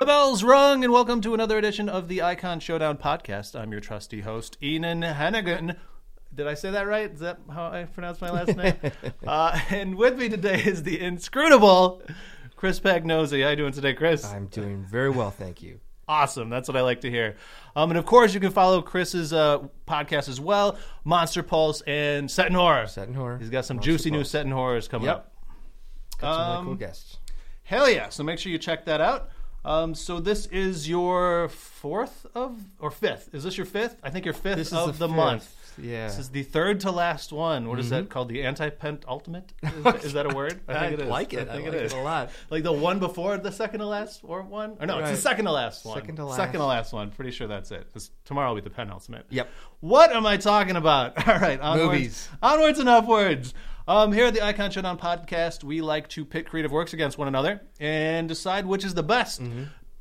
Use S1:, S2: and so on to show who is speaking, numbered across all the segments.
S1: The bell's rung, and welcome to another edition of the Icon Showdown podcast. I'm your trusty host, Enan Hennigan. Did I say that right? Is that how I pronounce my last name? uh, and with me today is the inscrutable Chris Pagnosi. How you doing today, Chris?
S2: I'm doing very well, thank you.
S1: Awesome. That's what I like to hear. Um, and of course, you can follow Chris's uh, podcast as well, Monster Pulse and Set and Horror.
S2: Set and horror.
S1: He's got some
S2: Monster
S1: juicy new
S2: Pulse.
S1: Set Um, and Horrors coming
S2: Yep.
S1: up.
S2: Got some really cool guests.
S1: Hell yeah! So make sure you check that out. Um, so this is your fourth of or fifth? Is this your fifth? I think your fifth
S2: This is
S1: of
S2: the
S1: the, month.
S2: fifth, yeah.
S1: This is the third to last one. What is that called? The anti pent ultimate? Is, is that a word? I think it is.
S2: like it.
S1: I think
S2: I
S1: it
S2: like
S1: is.
S2: it a lot.
S1: Like the one before the second to last or one? Or no, it's
S2: Right.
S1: the second to last one.
S2: Second to last.
S1: Second to last one. Pretty sure that's it. 'Cause tomorrow will be the penultimate.
S2: Yep.
S1: What am I talking about? All right, onwards,
S2: Movies.
S1: onwards and upwards. Um, here at the Icon Showdown podcast, we like to pit creative works against one another and decide which is the best.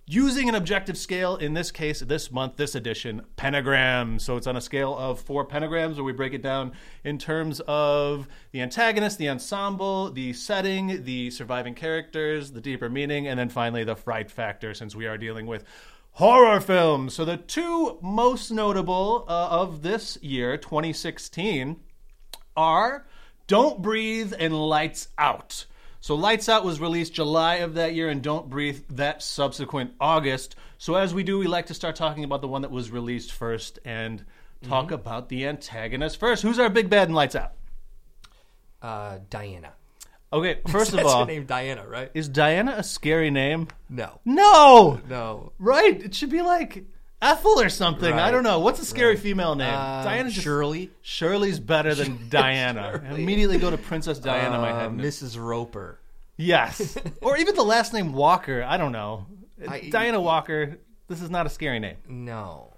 S1: Using an objective scale, in this case, this month, this edition, pentagrams. So it's on a scale of four pentagrams, where we break it down in terms of the antagonist, the ensemble, the setting, the surviving characters, the deeper meaning, and then finally the fright factor, since we are dealing with horror films. So the two most notable uh, of this year, 2016, are Don't Breathe and Lights Out. So Lights Out was released July of that year and Don't Breathe that subsequent August. So as we do, we like to start talking about the one that was released first and talk
S2: Mm-hmm.
S1: about the antagonist first. Who's our big bad in Lights Out?
S2: Uh, Diana.
S1: Okay, first of
S2: That's
S1: all,
S2: her name, Diana, right?
S1: is Diana a scary name?
S2: No,
S1: No.
S2: no.
S1: Right. It should be like Ethel or something. I
S2: Right.
S1: don't know. What's a scary female name?
S2: Uh,
S1: Diana's just-
S2: Shirley.
S1: Shirley's better than Diana.
S2: Shirley.
S1: Immediately go to Princess Diana in my
S2: Uh,
S1: head.
S2: Mrs. Roper.
S1: yes. or even the last name Walker. I don't know. Uh,
S2: I- e-
S1: Diana Walker. This is not a scary name.
S2: No.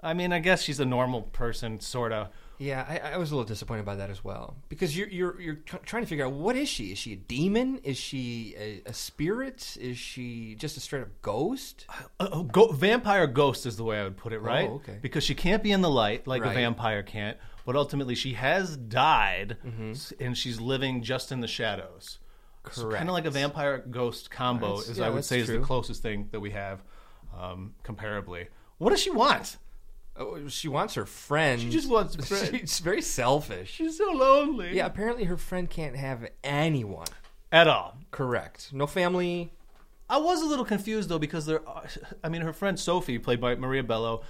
S1: I mean, I guess she's a normal person, sort of.
S2: Yeah, I, I was a little disappointed by that as well because you're you're you're tr- trying to figure out what is she? Is she a demon? Is she a, a spirit? Is she just a straight up ghost?
S1: a- a Uh, oh, go- vampire ghost is the way I would put it, right?
S2: Oh, okay.
S1: Because she can't be in the light like a
S2: Right.
S1: vampire can't, but ultimately she has died
S2: Mm-hmm.
S1: s- and she's living just in the shadows. Kind
S2: Correct.
S1: of like a vampire ghost combo,
S2: That's-
S1: is
S2: yeah,
S1: I would
S2: that's
S1: say is
S2: true.
S1: the closest thing that we have um, comparably. What does she want?
S2: Oh, she wants her friend. She
S1: just wants a friend.
S2: She's very selfish.
S1: She's so lonely.
S2: Yeah, apparently her friend can't have anyone.
S1: At all.
S2: Correct. No family.
S1: I was a little confused though because there, are, I mean, her friend Sophie, played by Maria Bello,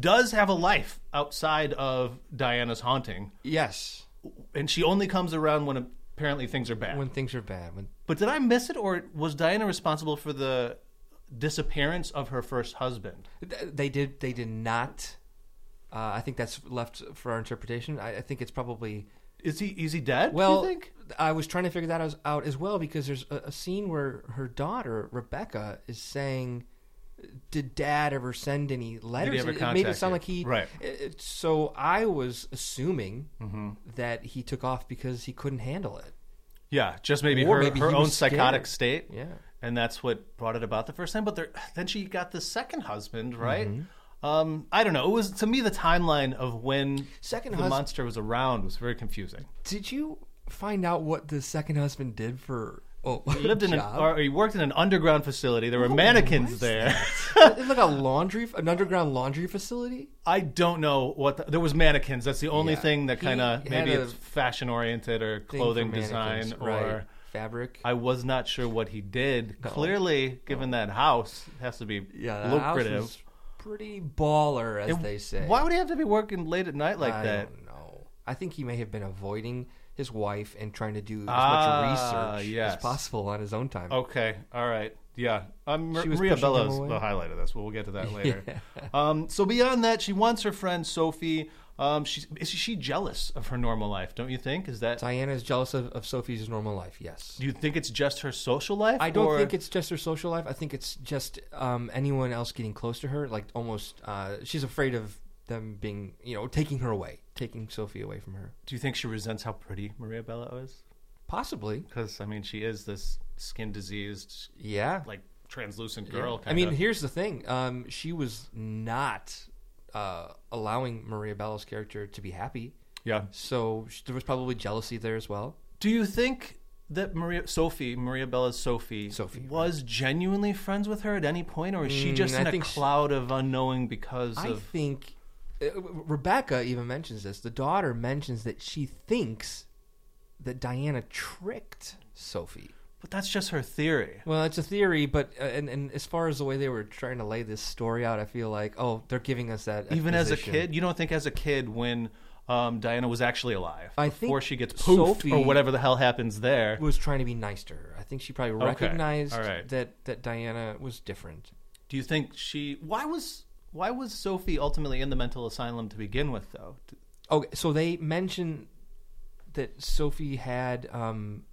S1: does have a life outside of Diana's haunting.
S2: Yes.
S1: and she only comes around when apparently things are bad.
S2: When things are bad. When
S1: but did I miss it, or was Diana responsible for the disappearance of her first husband?
S2: th- they did, they did not. Uh, I think that's left for our interpretation. I, I think it's probably
S1: Is he is he dead?
S2: well.
S1: do you think?
S2: I was trying to figure that as- out as well because there's a, a scene where her daughter Rebecca is saying, "Did Dad ever send any letters?"
S1: ever
S2: It- it, made it
S1: contact
S2: sound
S1: you?
S2: like he.
S1: Right.
S2: it- it- so I was assuming
S1: Mm-hmm.
S2: that he took off because he couldn't handle it.
S1: yeah, just maybe
S2: Or
S1: her
S2: maybe
S1: her
S2: he
S1: own
S2: was scared.
S1: psychotic state.
S2: Yeah.
S1: and that's what brought it about the first time. But there, then she got the second husband, right? Um, I don't know. It was to me the timeline of when
S2: Second
S1: the
S2: hus-
S1: monster was around was very confusing.
S2: Did you find out what the second husband did for? Oh,
S1: He lived in an,
S2: job?
S1: or he worked in an underground facility. There were mannequins
S2: was
S1: there.
S2: It's like a laundry, an underground laundry facility.
S1: I don't know what the, there was mannequins. That's the only
S2: Yeah.
S1: thing that
S2: He
S1: kind of
S2: had
S1: maybe
S2: a
S1: it's fashion oriented or
S2: Thing for
S1: clothing
S2: mannequins,
S1: design or
S2: right. fabric.
S1: I was not sure what he did. Clearly, given that house it has to be
S2: yeah, that house
S1: lucrative.
S2: was pretty baller, as they say.
S1: Why would he have to be working late at night like
S2: I
S1: that?
S2: don't know. I think he may have been avoiding his wife and trying to do as
S1: Ah,
S2: much research
S1: yes. Oh.
S2: as possible on his own time.
S1: Okay, all right, yeah. Um,
S2: She was
S1: Maria
S2: pushing him
S1: Bello's
S2: away.
S1: the highlight of this. But we'll get to that later. Um, so beyond that, she wants her friend Sophie. Um, she's is she jealous of her normal life? Don't you think? Is that
S2: Diana is jealous of, of Sophie's normal life. Yes.
S1: do you think it's just her social life?
S2: I don't
S1: or-
S2: think it's just her social life. I think it's just um, anyone else getting close to her. Like almost, uh, she's afraid of them being, you know, taking her away, taking Sophie away from her.
S1: Do you think she resents how pretty Maria Bello is?
S2: Possibly.
S1: Because I mean, she is this skin diseased,
S2: Yeah.
S1: like translucent
S2: Yeah.
S1: girl.
S2: I mean,
S1: kinda.
S2: here's the thing. Um, she was not uh, allowing Maria Bello's character to be happy.
S1: yeah.
S2: So sh- there was probably jealousy there as well.
S1: Do you think that Maria Sophie, Maria Bella's Sophie,
S2: Sophie,
S1: was genuinely friends with her at any point, or is she
S2: Mm,
S1: just
S2: I
S1: in a
S2: think she-
S1: cloud of unknowing because
S2: I
S1: of?
S2: think uh, Rebecca even mentions this. The daughter mentions that she thinks that Diana tricked Sophie.
S1: But that's just her theory.
S2: Well, it's a theory, but uh, and, and as far as the way they were trying to lay this story out, I feel like oh, they're giving us that
S1: Even as a
S2: exposition.
S1: kid, you don't think as a kid when um, Diana was actually alive
S2: I think
S1: before she gets poofed
S2: Sophie-
S1: or whatever the hell happens there.
S2: was trying to be nice to her. I think she probably
S1: Okay,
S2: recognized
S1: all right.
S2: that that Diana was different.
S1: Do you think she? Why was why was Sophie ultimately in the mental asylum to begin with, though?
S2: Okay, so they mention that Sophie had. Um,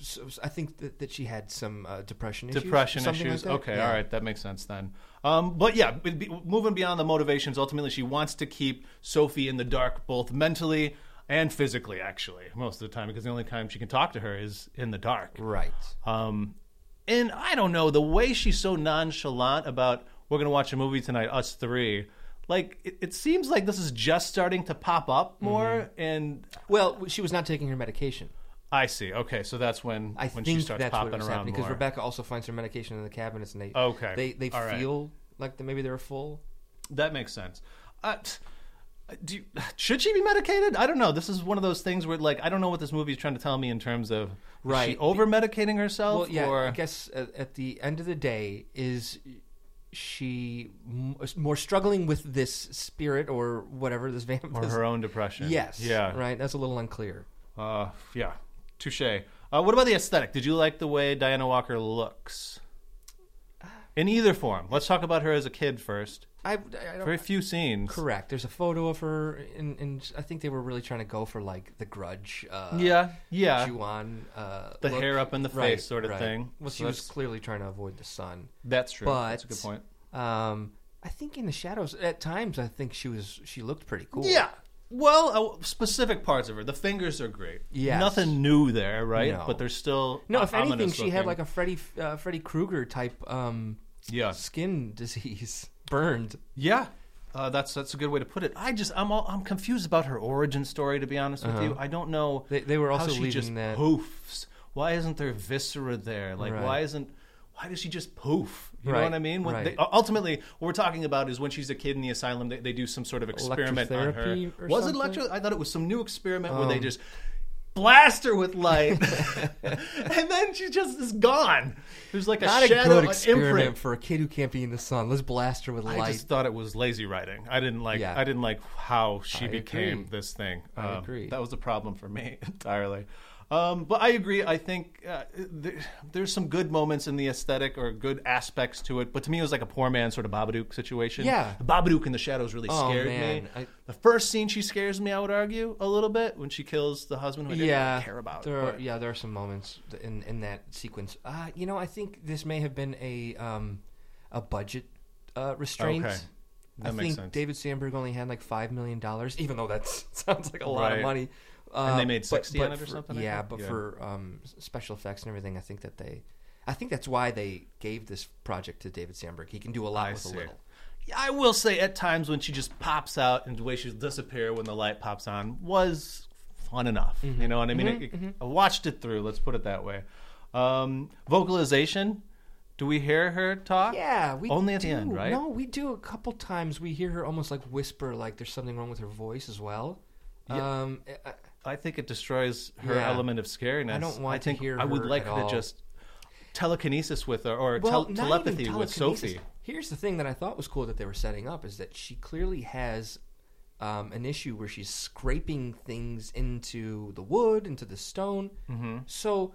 S2: so I think that, that she had some uh, depression issues.
S1: Depression
S2: something like
S1: issues.
S2: that.
S1: okay,
S2: Yeah.
S1: all right, that makes sense then. Um, but yeah, b- b- moving beyond the motivations, ultimately she wants to keep Sophie in the dark, both mentally and physically. Actually, most of the time, because the only time she can talk to her is in the dark.
S2: Right.
S1: Um, and I don't know the way she's so nonchalant about we're gonna watch a movie tonight, us three. Like it, it seems like this is just starting to pop up more,
S2: Mm-hmm.
S1: and
S2: Well, she was not taking her medication.
S1: I see. Okay, so that's when
S2: I
S1: when
S2: think
S1: she starts
S2: that's
S1: popping
S2: what was
S1: around
S2: happening
S1: more.
S2: because Rebecca also finds her medication in the cabinets, and they
S1: Okay,
S2: they they
S1: all right.
S2: feel like that maybe they were full.
S1: That makes sense. Uh, t- do you- should she be medicated? I don't know. This is one of those things where, like, I don't know what this movie is trying to tell me in terms of is she
S2: Right.
S1: over medicating herself
S2: Well, yeah.
S1: or
S2: I guess at, at the end of the day, is she m- more struggling with this spirit or whatever this vamp?
S1: or
S2: this-
S1: her own depression.
S2: Yes.
S1: Yeah.
S2: Right. That's a little unclear.
S1: Uh, yeah. Touche. Uh, what about the aesthetic? Did you like the way Diana Walker looks? In either form. Let's talk about her as a kid first.
S2: I, I don't.
S1: Very few scenes.
S2: Correct. There's a photo of her, and, and I think they were really trying to go for like the Grudge. Uh,
S1: Yeah. Yeah.
S2: Ju-on, uh,
S1: The
S2: look.
S1: hair up in the
S2: Right,
S1: face sort of
S2: right.
S1: thing.
S2: Well,
S1: So
S2: she was
S1: that's-
S2: clearly trying to avoid the sun.
S1: That's true.
S2: But-
S1: that's a good point.
S2: Um, I think in the shadows at times, I think she was she looked pretty cool.
S1: Yeah. Well, uh, specific parts of her. The fingers are great.
S2: Yes.
S1: Nothing new there, right?
S2: No.
S1: But they're still
S2: No, if anything, she had
S1: ominous-looking.
S2: like a Freddy uh, Freddy Krueger type um,
S1: yeah,
S2: skin disease, burned.
S1: yeah. Uh, that's that's a good way to put it. I just I'm all, I'm confused about her origin story. To be honest
S2: Uh-huh.
S1: with you, I don't know.
S2: They, they were
S1: how
S2: also
S1: she
S2: leaving
S1: just
S2: that.
S1: poofs. Why isn't there viscera there? Like
S2: Right.
S1: why isn't why does she just poof? You know
S2: Right,
S1: what I mean? When they,
S2: right.
S1: ultimately, what we're talking about is when she's a kid in the asylum, they, they do some sort of experiment on her.
S2: Electrotherapy or
S1: was it
S2: something? Um.
S1: electro? I thought it was some new experiment where they just blast her with light, and then she just is gone. There's like a
S2: Not a
S1: shadow
S2: good
S1: an
S2: experiment
S1: imprint.
S2: for a kid who can't be in the sun. Let's blast her with light.
S1: I just thought it was lazy writing. I didn't like.
S2: Yeah.
S1: I didn't like how she
S2: I
S1: became
S2: agree.
S1: this thing. Um,
S2: I agree.
S1: That was the problem for me entirely. Um, but I agree. I think uh, th- there's some good moments in the aesthetic or good aspects to it. But to me, it was like a poor man sort of Babadook situation.
S2: Yeah.
S1: the Babadook in the shadows really
S2: Oh,
S1: scared
S2: man.
S1: me.
S2: I-
S1: the first scene she scares me. I would argue a little bit when she kills the husband who I didn't
S2: yeah,
S1: really care about.
S2: There
S1: Or-
S2: are, yeah, there are some moments th- in in that sequence. Uh, you know, I think this may have been a um, a budget uh, restraint.
S1: Okay.
S2: I
S1: That makes
S2: think
S1: sense.
S2: David Sandberg only had like five million dollars, even though that sounds like a lot
S1: Right.
S2: of money. Uh,
S1: And they made
S2: but-
S1: 60
S2: but
S1: on it or
S2: for-
S1: something, I
S2: Yeah,
S1: think?
S2: but
S1: Yeah.
S2: for um, s- special effects and everything, I think that they, I think that's why they gave this project to David Sandberg. He can do a lot
S1: I
S2: with
S1: see.
S2: a little.
S1: Yeah, I will say at times when she just pops out and the way she'll disappear when the light pops on was fun enough.
S2: Mm-hmm.
S1: You know what I mean? It- it- I watched it through. Let's put it that way. Um, vocalization. Do we hear her talk?
S2: Yeah, we
S1: only at the
S2: do.
S1: end, right?
S2: No, we do a couple times. We hear her almost like whisper, like there's something wrong with her voice as well. Um, I- I-
S1: I think it destroys her
S2: Yeah.
S1: element of scariness.
S2: I don't want to
S1: think
S2: hear
S1: I would
S2: her
S1: like
S2: at
S1: her to
S2: all.
S1: just telekinesis with her or
S2: well,
S1: tel-
S2: not
S1: telepathy
S2: even
S1: with
S2: telekinesis.
S1: Sophie.
S2: Here's the thing that I thought was cool that they were setting up is that she clearly has um, an issue where she's scraping things into the wood, into the stone. Mm-hmm. So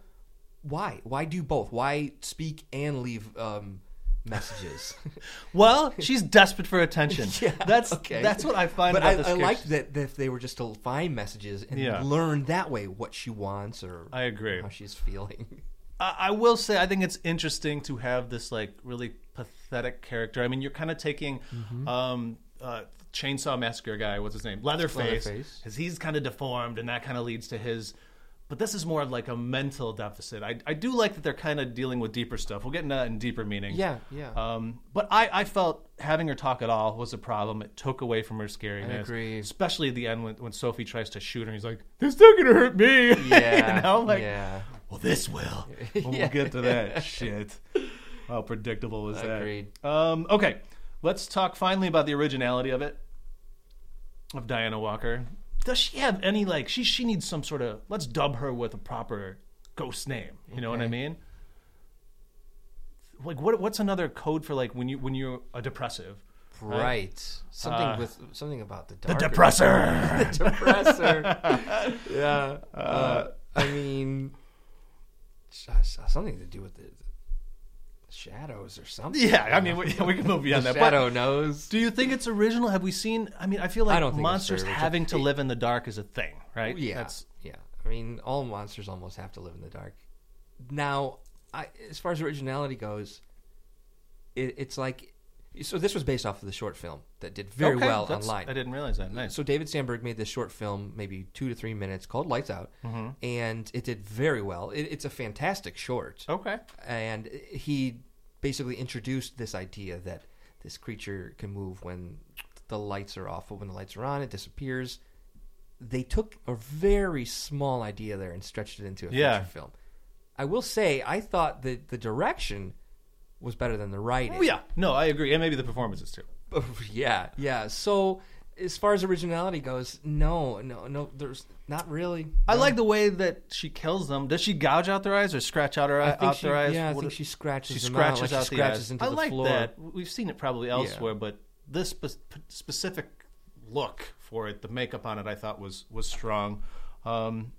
S2: why? Why do both? Why speak and leave um, messages?
S1: Well, she's desperate for attention. that's that's what I find
S2: But
S1: about
S2: I,
S1: this
S2: I
S1: character.
S2: liked that, that if they were just to find messages and
S1: Yeah.
S2: learn that way what she wants or
S1: I agree.
S2: how she's feeling.
S1: I I will say I think it's interesting to have this like really pathetic character. I mean, you're kind of taking
S2: Mm-hmm.
S1: um, uh, Chainsaw Massacre guy. What's his name? Leatherface.
S2: Leatherface.
S1: Because he's kind of deformed, and that kind of leads to his But this is more of like a mental deficit. I, I do like that they're kind of dealing with deeper stuff. We'll get into that in deeper meaning.
S2: Yeah, yeah.
S1: Um, but I, I felt having her talk at all was a problem. It took away from her scariness.
S2: agree.
S1: Especially at the end when, when Sophie tries to shoot her. He's like, this is not going to hurt me.
S2: Yeah.
S1: you know? Like,
S2: yeah.
S1: well, this will. We'll
S2: Yeah.
S1: get to that shit. How predictable was that?
S2: Agreed.
S1: Um, okay, let's talk finally about the originality of it. Of Diana Walker, does she have any like? She she needs some sort of. Let's dub her with a proper ghost name. You know what I
S2: Okay.
S1: mean? Like what what's another code for like when you when you're a depressive?
S2: Right. Something
S1: Uh,
S2: with something about the
S1: The
S2: darker.
S1: depressor.
S2: the depressor. yeah. Uh, I mean, sh- sh- something to do with the, the shadows or something. Uh,
S1: yeah, I mean we, we can move
S2: the
S1: beyond that. But
S2: shadow knows.
S1: do you think it's original? Have we seen? I mean, I feel like
S2: I don't think it's
S1: monsters
S2: very Oh,
S1: having to live in the dark is a thing, right?
S2: Yeah.
S1: That's,
S2: Yeah. I mean, all monsters almost have to live in the dark. Now, I, as far as originality goes, it, it's like. So this was based off of the short film that did very
S1: Okay,
S2: well
S1: that's-
S2: online.
S1: I didn't realize that. Nice.
S2: So David Sandberg made this short film, maybe two to three minutes, called Lights Out,
S1: Mm-hmm.
S2: and it did very well. It, it's a fantastic short,
S1: Okay.
S2: and he basically introduced this idea that this creature can move when the lights are off, but when the lights are on, it disappears. They took a very small idea there and stretched it into a
S1: Yeah.
S2: feature film. I will say, I thought that the direction was better than the writing. Oh,
S1: Oh yeah. No, I agree, and maybe the performances too.
S2: yeah, yeah. So as far as originality goes, no, no, no. There's not really.
S1: I like the way that she kills them. Does she gouge out their eyes or scratch out her
S2: I think
S1: out
S2: she,
S1: their eyes?
S2: yeah, I
S1: What
S2: think
S1: is-
S2: she scratches.
S1: she
S2: them
S1: scratches
S2: out, like
S1: out
S2: she
S1: the
S2: scratches
S1: eyes.
S2: into
S1: I
S2: the
S1: like
S2: floor.
S1: that. We've seen it probably elsewhere, but this spe- p- specific look for it, the makeup on it, I thought was was strong. Um,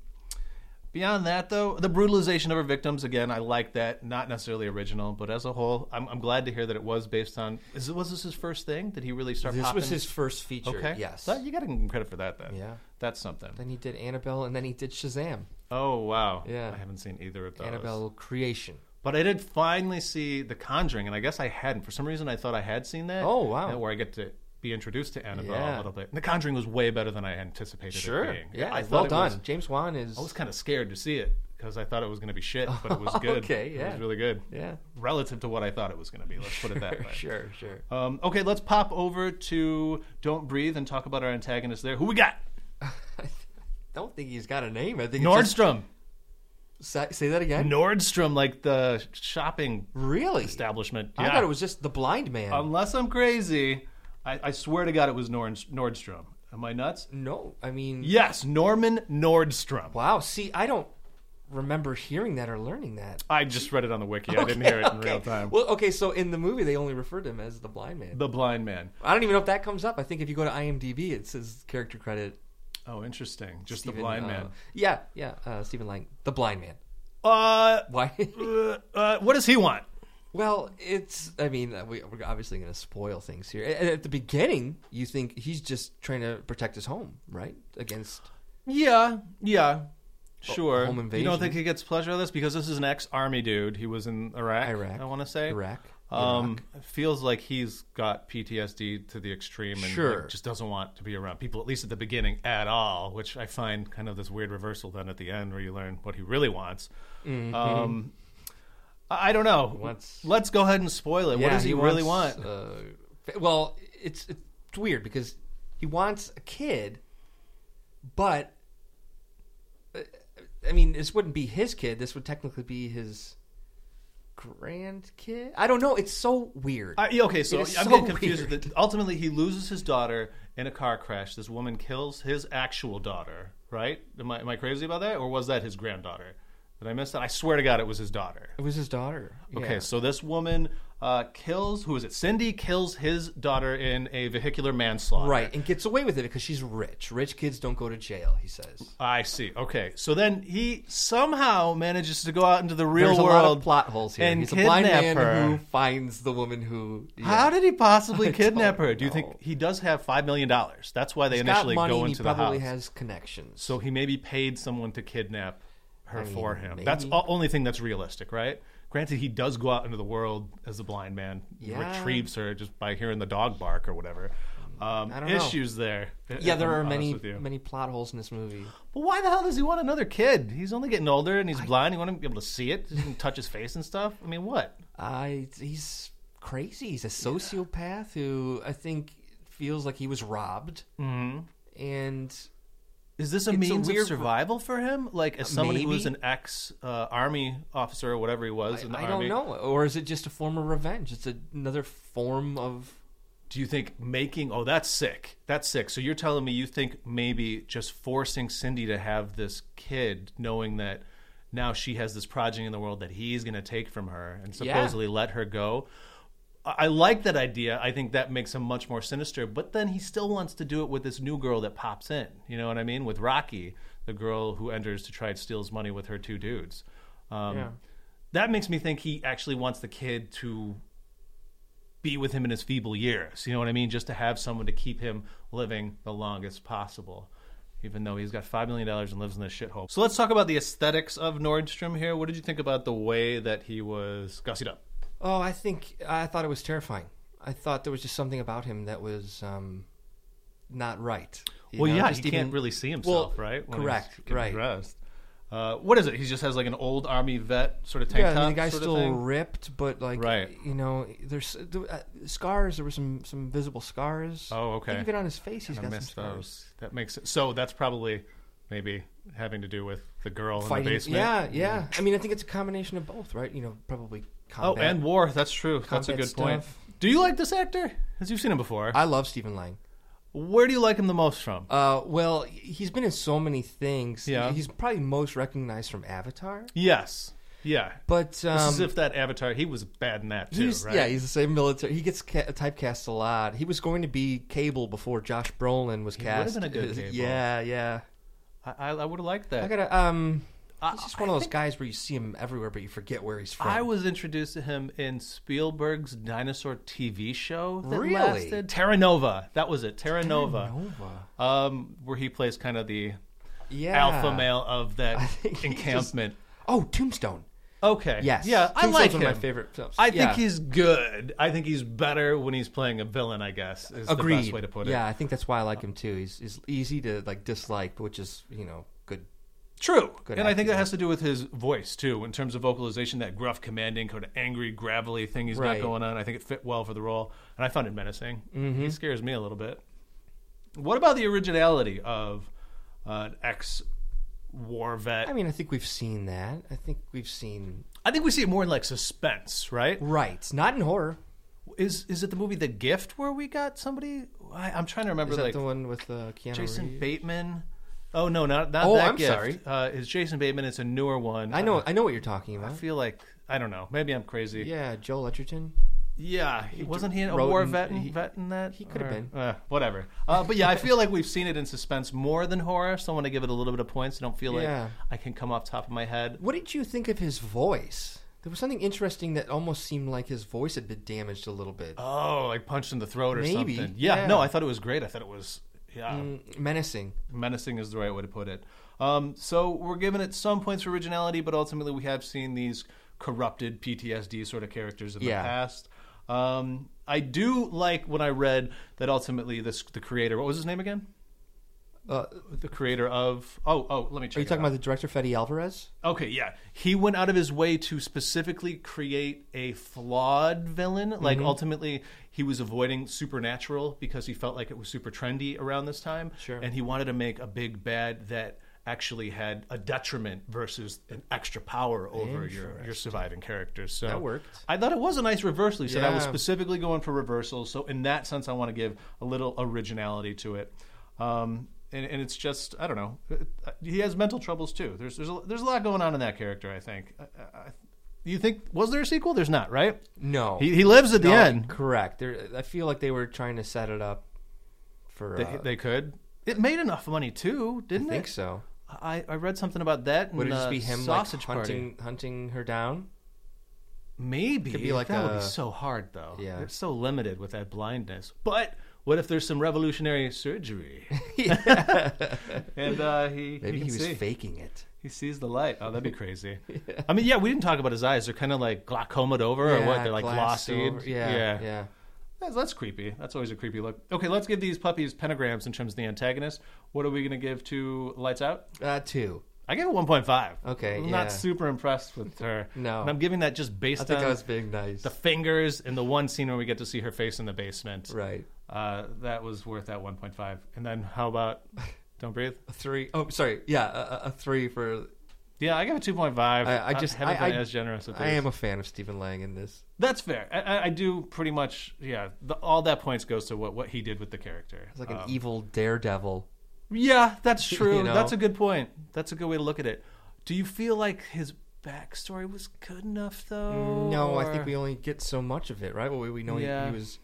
S1: beyond that, though, the brutalization of her victims again, I like that. Not necessarily original, but as a whole, I'm, I'm glad to hear that it was based on. Is, was this his first thing? Did he really start?
S2: This was
S1: popping-
S2: his first feature.
S1: Okay.
S2: Yes.
S1: Well, you got to give him credit for that then.
S2: Yeah.
S1: That's something.
S2: Then he did Annabelle, and then he did Shazam.
S1: Oh wow.
S2: Yeah.
S1: I haven't seen either of those.
S2: Annabelle creation.
S1: But I did finally see The Conjuring, and I guess I hadn't. For some reason, I thought I had seen that.
S2: Oh, wow.
S1: Yeah, Where I get to be introduced to Annabelle a
S2: Yeah.
S1: little bit. And the Conjuring was way better than I anticipated it being.
S2: Yeah.
S1: I
S2: well
S1: thought it
S2: done.
S1: was-
S2: James Wan is.
S1: I was kind of scared to see it because I thought it was going to be shit, but it was good.
S2: Okay,
S1: It
S2: yeah.
S1: was really good.
S2: yeah.
S1: Relative to what I thought it was going to be, let's put it that way.
S2: sure. Sure.
S1: Um, okay, let's pop over to Don't Breathe and talk about our antagonist there. Who we got?
S2: I don't think he's got a name. I think it's
S1: Nordstrom.
S2: just, say, say that again.
S1: Nordstrom, like the shopping
S2: Really?
S1: establishment.
S2: I
S1: Yeah. Um,
S2: thought it was just the blind man.
S1: Unless I'm crazy, I, I swear to God, it was Nord, Nordstrom. Am I nuts?
S2: no, I mean.
S1: Yes, Norman Nordstrom.
S2: Wow. See, I don't remember hearing that or learning that.
S1: I just read it on the wiki. I didn't hear it in
S2: Okay.
S1: real time.
S2: Well, okay, so in the movie, they only referred to him as the blind man.
S1: The blind man.
S2: I don't even know if that comes up. I think if you go to IMDb, it says character credit.
S1: Oh, interesting. Just the
S2: Stephen,
S1: blind
S2: uh,
S1: man.
S2: Yeah, yeah, uh, Stephen Lang, the blind man.
S1: Uh,
S2: Why?
S1: uh, uh, what does he want?
S2: well, it's. I mean, uh, we, we're obviously going to spoil things here. At, at the beginning, you think he's just trying to protect his home, right, against
S1: Yeah, yeah, sure.
S2: home
S1: You don't
S2: invasion.
S1: think he gets pleasure out of this because this is an ex-army dude. He was in Iraq.
S2: Iraq.
S1: I want to say
S2: Iraq.
S1: Um, feels like he's got PTSD to the extreme and like,
S2: Sure.
S1: just doesn't want to be around people, at least at the beginning at all, which I find kind of this weird reversal then at the end where you learn what he really wants.
S2: Mm-hmm.
S1: Um, I I don't know.
S2: wants-
S1: Let's go ahead and spoil it. what
S2: Yeah,
S1: does he, really
S2: wants,
S1: want?
S2: uh, fa- well, it's it's weird because he wants a kid, but uh, I mean, this wouldn't be his kid. This would technically be his grandkid. I don't know. It's so weird.
S1: I, yeah, okay, so I'm
S2: It is so
S1: getting confused.
S2: weird.
S1: With it. Ultimately, he loses his daughter in a car crash. This woman kills his actual daughter, right? Am I, am I crazy about that? Or was that his granddaughter? Did I miss that? I swear to God, it was his daughter.
S2: it was his daughter.
S1: Okay,
S2: Yeah.
S1: so this woman uh, kills who is it? Cindy kills his daughter in a vehicular manslaughter.
S2: right, and gets away with it because she's rich. Rich kids don't go to jail. He says.
S1: I see. Okay, so then he somehow manages to go out into the real
S2: There's
S1: world.
S2: a lot of plot holes here.
S1: and
S2: He's a blind
S1: kidnap
S2: man
S1: her.
S2: who finds the woman who. yeah.
S1: How did he possibly kidnap
S2: don't
S1: her? Do you think
S2: know.
S1: he does have five million dollars? That's why they
S2: He's
S1: initially
S2: got money,
S1: go
S2: and
S1: into
S2: he
S1: the
S2: probably
S1: house.
S2: has connections.
S1: So he maybe paid someone to kidnap her
S2: I mean,
S1: for him. That's
S2: maybe.
S1: the only thing that's realistic, right? Granted, he does go out into the world as a blind man,
S2: Yeah.
S1: retrieves her just by hearing the dog bark or whatever. um,
S2: I don't know.
S1: issues there. i-
S2: yeah,
S1: if
S2: there
S1: I'm
S2: are
S1: honest
S2: many
S1: with you.
S2: many plot holes in this movie.
S1: But why the hell does he want another kid? He's only getting older and he's blind. You want him to be able to see it, he can touch his face and stuff. I mean, what?
S2: I he's crazy. He's a sociopath who I think feels like he was robbed,
S1: Mm-hmm.
S2: and
S1: Is this a
S2: It's a
S1: means
S2: weird-
S1: of survival for him? Like, as someone who was
S2: maybe.
S1: an ex uh, army officer or whatever he was
S2: I,
S1: in the
S2: I
S1: army,
S2: don't know. Or is it just a form of revenge? It's another form of
S1: do you think making? Oh, that's sick. That's sick. So you're telling me you think maybe just forcing Cindy to have this kid, knowing that now she has this progeny in the world that he's going to take from her and
S2: Yeah.
S1: supposedly let her go. I I like that idea. I think that makes him much more sinister. But then he still wants to do it with this new girl that pops in. You know what I mean? With Rocky, the girl who enters to try and steal his money with her two dudes. Um,
S2: Yeah.
S1: That makes me think he actually wants the kid to be with him in his feeble years. You know what I mean? Just to have someone to keep him living the longest possible. Even though he's got $5 million and lives in this shithole. So let's talk about the aesthetics of Nordstrom here. What did you think about the way that he was gussied up?
S2: Oh, I think I thought it was terrifying. I thought there was just something about him that was um, not right. You
S1: well,
S2: know,
S1: yeah, he
S2: just
S1: can't
S2: even-
S1: really see himself,
S2: well,
S1: right? When
S2: correct,
S1: he's getting
S2: right.
S1: Dressed. Uh, what is it? He just has like an old army vet sort of tank
S2: Yeah, I
S1: top.
S2: mean, the guy's
S1: sort of
S2: still
S1: thing?
S2: ripped, but like,
S1: Right.
S2: you know, there's there- uh, scars. There were some some visible scars.
S1: Oh,
S2: I think
S1: okay.
S2: Even on his face, he's
S1: I
S2: got some
S1: missed
S2: scars.
S1: those. That makes it. So that's probably maybe having to do with the girl in the
S2: Fighting,
S1: basement.
S2: yeah, yeah. I mean, I think it's a combination of both, right? You know, probably
S1: Oh,
S2: combat.
S1: and war. That's true. that's a
S2: combat
S1: good point.
S2: stuff.
S1: Do you like this actor? Because you've seen him before.
S2: I love Stephen Lang.
S1: Where do you like him the most from?
S2: Uh, well, he's been in so many things.
S1: Yeah.
S2: he's probably most recognized from Avatar.
S1: yes. Yeah.
S2: But um,
S1: This is if that Avatar. He was bad in that too,
S2: He's-
S1: right?
S2: Yeah, he's the same military. He gets ca- typecast a lot. He was going to be Cable before Josh Brolin was
S1: would've
S2: cast.
S1: been a good Cable.
S2: Yeah, yeah.
S1: I, I, I would have liked that.
S2: I gotta. Um,
S1: I-
S2: he's just one of those guys where you see him everywhere, but you forget where he's from.
S1: I was introduced to him in Spielberg's dinosaur TV show that
S2: Really?
S1: lasted Terra Nova. That was it, Terra
S2: Uh,
S1: Nova,
S2: Nova.
S1: um, where he plays kind of the
S2: Yeah.
S1: alpha male of
S2: I
S1: that
S2: think he
S1: encampment.
S2: Oh, Tombstone.
S1: Okay,
S2: Yes.
S1: yeah, I
S2: Tombstone's
S1: like him.
S2: one of my favorite films.
S1: I think
S2: Yeah.
S1: he's good. I think he's better when he's playing a villain. I guess is
S2: Agreed.
S1: the best way to put it.
S2: Yeah, I think that's why I like him too. He's, he's easy to like dislike, which is you know good.
S1: True.
S2: Good
S1: and I think
S2: actor.
S1: that has to do with his voice too, in terms of vocalization, that gruff commanding, kind of angry, gravelly thing he's
S2: Right. Mm-hmm.
S1: got going on. I think it fit well for the role. And I found it menacing. He scares me a little bit. What about the originality of uh, an ex war vet?
S2: I mean, I think we've seen that. I think we've seen
S1: I think we see it more in like suspense, right?
S2: right, not in horror.
S1: Is is it the movie The Gift where we got somebody I, I'm trying to remember
S2: Is that
S1: like
S2: the one with uh, Keanu
S1: Jason
S2: Reeves?
S1: Bateman. Oh no, not not
S2: Oh,
S1: that
S2: I'm
S1: gift.
S2: sorry.
S1: Uh, it's Jason Bateman, it's a newer one. Uh,
S2: I know, I know what you're talking
S1: I
S2: about.
S1: feel like I don't know. Maybe I'm crazy.
S2: Yeah, Joel Edgerton.
S1: Yeah, he, wasn't he a
S2: wrote
S1: war
S2: in-
S1: vet, in-
S2: he-
S1: vet in that?
S2: he could've
S1: Or-
S2: been.
S1: Uh, whatever. Uh, but yeah, I feel like we've seen it in suspense more than horror, so I want to give it a little bit of points. I don't feel like
S2: Yeah.
S1: I can come off top of my head.
S2: What did you think of his voice? There was something interesting that almost seemed like his voice had been damaged a little bit,
S1: Oh, like punched in the throat or
S2: Maybe,
S1: something. Yeah,
S2: yeah.
S1: no, I thought it was great. I thought it was, yeah,
S2: Mm, menacing.
S1: menacing is the right way to put it. Um, so we're giving it some points for originality, but ultimately we have seen these corrupted PTSD sort of characters in
S2: Yeah.
S1: the past. Um, I do like when I read that ultimately this the creator, what was his name again?
S2: Uh,
S1: the creator of oh oh let me check
S2: are you
S1: it
S2: talking
S1: out.
S2: about the director Fede Alvarez?
S1: okay yeah he went out of his way to specifically create a flawed villain
S2: Mm-hmm.
S1: like ultimately he was avoiding supernatural because he felt like it was super trendy around this time
S2: Sure.
S1: and he wanted to make a big bad that actually had a detriment versus an extra power over your, your surviving characters so
S2: That worked.
S1: i thought it was a nice reversal you said i was
S2: Yeah.
S1: specifically going for reversals so in that sense i want to give a little originality to it um, and, and it's just I don't know. He has mental troubles too. There's there's a, there's a lot going on in that character. I think. I, I, I- you think was there a sequel? There's not, right?
S2: No,
S1: He, he lives at the
S2: No,
S1: end.
S2: Correct. There, I feel like they were trying to set it up for.
S1: They,
S2: uh,
S1: they could. It made enough money too,
S2: I
S1: didn't
S2: think
S1: it?
S2: so.
S1: I, I read something about that.
S2: Would
S1: in,
S2: it just
S1: uh,
S2: be him like
S1: sausage Party.
S2: hunting, hunting her down?
S1: Maybe
S2: be like
S1: that would
S2: a-
S1: be so hard though.
S2: Yeah.
S1: they're so limited with that blindness. But what if there's some revolutionary surgery? and uh, he
S2: Maybe
S1: he, can
S2: he, was
S1: see.
S2: faking it.
S1: He sees the light. Oh, that'd be crazy. I mean, yeah, we didn't talk about his eyes. They're kind of like glaucomed over or what? They're like
S2: glassed
S1: glossy.
S2: over. Yeah, yeah.
S1: That's, that's creepy. That's always a creepy look. Okay, let's give these puppies pentagrams in terms of the antagonist. What are we going to give to Lights Out?
S2: Uh, two.
S1: I gave it 1.5.
S2: Okay,
S1: I'm
S2: yeah.
S1: not super impressed with her.
S2: No.
S1: And I'm giving that just based
S2: I think
S1: on
S2: I was being nice.
S1: the fingers and the one scene where we get to see her face in the basement.
S2: right.
S1: Uh, that was worth that 1.5. And then how about Don't Breathe?
S2: A three. Oh, sorry. Yeah, a, a- a three for.
S1: Yeah, I gave it 2.5.
S2: I, I just
S1: Uh, haven't
S2: I,
S1: been
S2: I-
S1: as generous with
S2: I
S1: these.
S2: am a fan of Stephen Lang in this.
S1: That's fair. I- I, I do pretty much, yeah. The, all that points goes to what, what he did with the character.
S2: It's like an
S1: Um,
S2: evil daredevil.
S1: Yeah, that's true.
S2: know?
S1: That's a good point. That's a good way to look at it. Do you feel like his backstory was good enough, though?
S2: No, I
S1: or-
S2: think we only get so much of it, right? Well, we, we know he-
S1: Yeah.
S2: he, was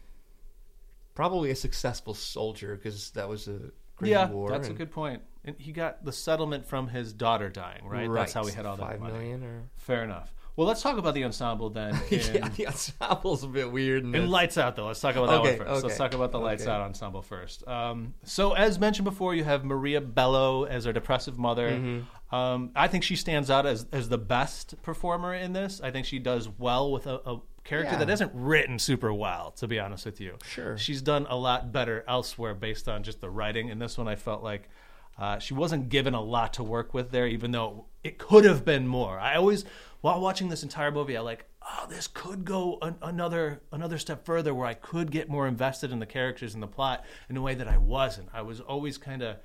S2: probably a successful soldier because that was a great
S1: yeah,
S2: war.
S1: that's
S2: and-
S1: a good point. And he got the settlement from his daughter dying, right? That's how we had all that
S2: five
S1: money.
S2: million or
S1: Fair enough. Well, let's talk about the ensemble then. in-
S2: yeah, the ensemble's a bit weird. in
S1: And
S2: this.
S1: lights out though. Let's talk about that
S2: Okay,
S1: one first. Let's
S2: okay,
S1: talk about the lights
S2: okay.
S1: out ensemble first. Um, so as mentioned before, you have Maria Bello as our depressive mother.
S2: Mm-hmm.
S1: Um, I think she stands out as as the best performer in this. I think she does well with a, a character
S2: Yeah.
S1: that isn't written super well. To be honest with you,
S2: Sure.
S1: she's done a lot better elsewhere based on just the writing. In this one, I felt like. Uh, she wasn't given a lot to work with there, even though it could have been more. I always, while watching this entire movie, I like, oh, this could go an- another another step further, where I could get more invested in the characters and the plot in a way that I wasn't. I was always kind of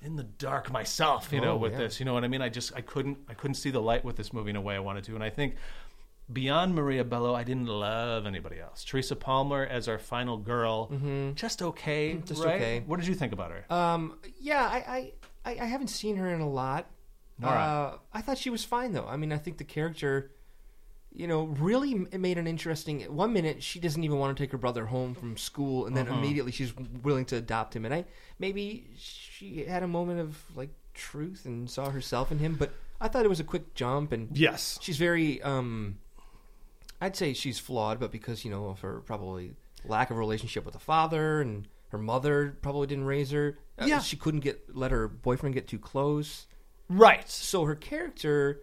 S1: in the dark myself, you know,
S2: Oh,
S1: with
S2: yeah.
S1: this. You know what I mean? I just I couldn't I couldn't see the light with this movie in a way I wanted to, and I think. Beyond Maria Bello, I didn't love anybody else. Teresa Palmer as our final girl, just okay,
S2: Mm-hmm. Mm, Just
S1: right?
S2: okay.
S1: What did you think about her?
S2: Um, yeah, I, I, I I haven't seen her in a lot.
S1: All right.
S2: Uh, I thought she was fine though. I mean, I think the character, you know, really m- made an interesting. One minute she doesn't even want to take her brother home from school, and then
S1: Mm-hmm.
S2: immediately she's willing to adopt him. And I maybe she had a moment of like truth and saw herself in him. But I thought it was a quick jump, and
S1: Yes.
S2: she's very. um I'd say she's flawed, but because you know of her probably lack of relationship with the father and her mother probably didn't raise her. Uh,
S1: Yeah.
S2: she couldn't get let her boyfriend get too close.
S1: Right.
S2: So her character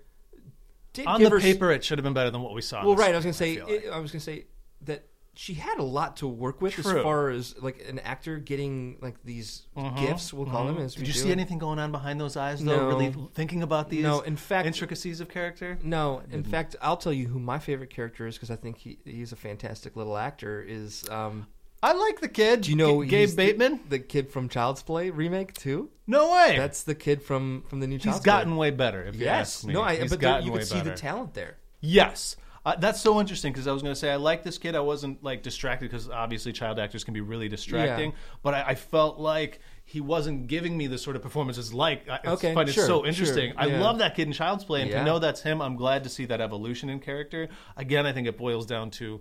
S2: did
S1: On
S2: give
S1: the
S2: her s-
S1: paper, it should have been better than what we saw. on
S2: well,
S1: the
S2: right. I was gonna
S1: screen,
S2: say.
S1: I
S2: I,
S1: feel like.
S2: I was gonna say that she had a lot to work with
S1: True.
S2: as far as like an actor getting like these gifts. We'll call them. As we
S1: Uh-huh. Mm-hmm. Did you
S2: do
S1: see
S2: it.
S1: anything going on behind those eyes, though?
S2: No.
S1: Really thinking about these
S2: No. In fact,
S1: intricacies of character?
S2: No, in fact, I'll tell you who my favorite character is because I think he, he's a fantastic little actor. Is um,
S1: I like the kid.
S2: do you know
S1: G-
S2: he's
S1: Gabe
S2: the-
S1: Bateman?
S2: the, kid from Child's Play remake too?
S1: No way.
S2: That's the kid from from the new
S1: he's
S2: Child's
S1: gotten way better. If
S2: Play.
S1: you
S2: yes,
S1: ask me.
S2: no, I,
S1: He's
S2: but there,
S1: gotten
S2: you
S1: way
S2: could see the
S1: better.
S2: talent there.
S1: Yes. Uh, that's so interesting because I was going to say I like this kid. I wasn't like distracted because obviously child actors can be really distracting. But I, I felt like he wasn't giving me the sort of performances like I I
S2: Okay,
S1: find it
S2: sure,
S1: so
S2: sure,
S1: interesting. I
S2: yeah.
S1: love that kid in Child's Play, and to
S2: Yeah.
S1: know that's him, I'm glad to see that evolution in character. Again, I think it boils down to.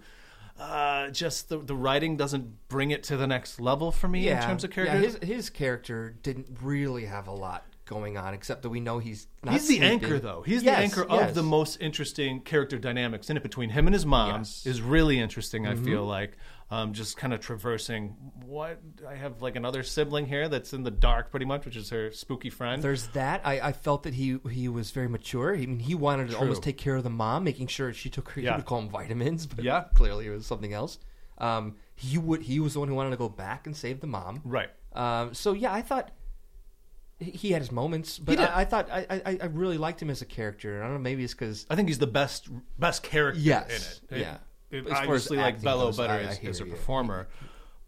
S1: Uh, just the, the writing doesn't bring it to the next level for me in terms of characters.
S2: his, his character didn't really have a lot going on except that we know he's not
S1: He's the
S2: sleeping.
S1: anchor, though. He's
S2: Yes,
S1: the anchor of
S2: yes.
S1: the most interesting character dynamics in it between him and his mom
S2: Yes. Mm-hmm.
S1: is really interesting. I feel like um, just kind of traversing what I have like another sibling here that's in the dark, pretty much, which is her spooky friend.
S2: There's that. I, I felt that he he was very mature. I mean, he wanted to almost take care of the mom, making sure she took her.
S1: Yeah.
S2: He would call them vitamins, but
S1: Yeah.
S2: clearly it was something else. Um, he would. He was the one who wanted to go back and save the mom.
S1: Right.
S2: Um, so yeah, I thought he- he had his moments, but
S1: did.
S2: I, I thought I, I I really liked him as a character. I don't know, maybe it's because
S1: I think he's the best best character
S2: Yes,
S1: in it.
S2: yeah.
S1: It,
S2: As far as
S1: obviously, like
S2: acting
S1: Bello
S2: goes,
S1: better
S2: I- I
S1: as,
S2: hear
S1: as a
S2: you.
S1: performer,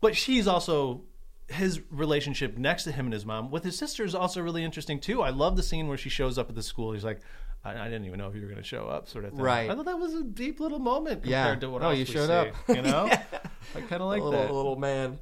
S1: but she's also his relationship next to him and his mom with his sister is also really interesting too. I love the scene where she shows up at the school. He's like. I I didn't even know if you were going to show up, sort of thing.
S2: Right.
S1: I thought that was a deep little moment
S2: Yeah.
S1: compared to what
S2: Oh,
S1: else
S2: you
S1: we
S2: showed
S1: see,
S2: up.
S1: You know, I kind of like
S2: little
S1: that.
S2: little man.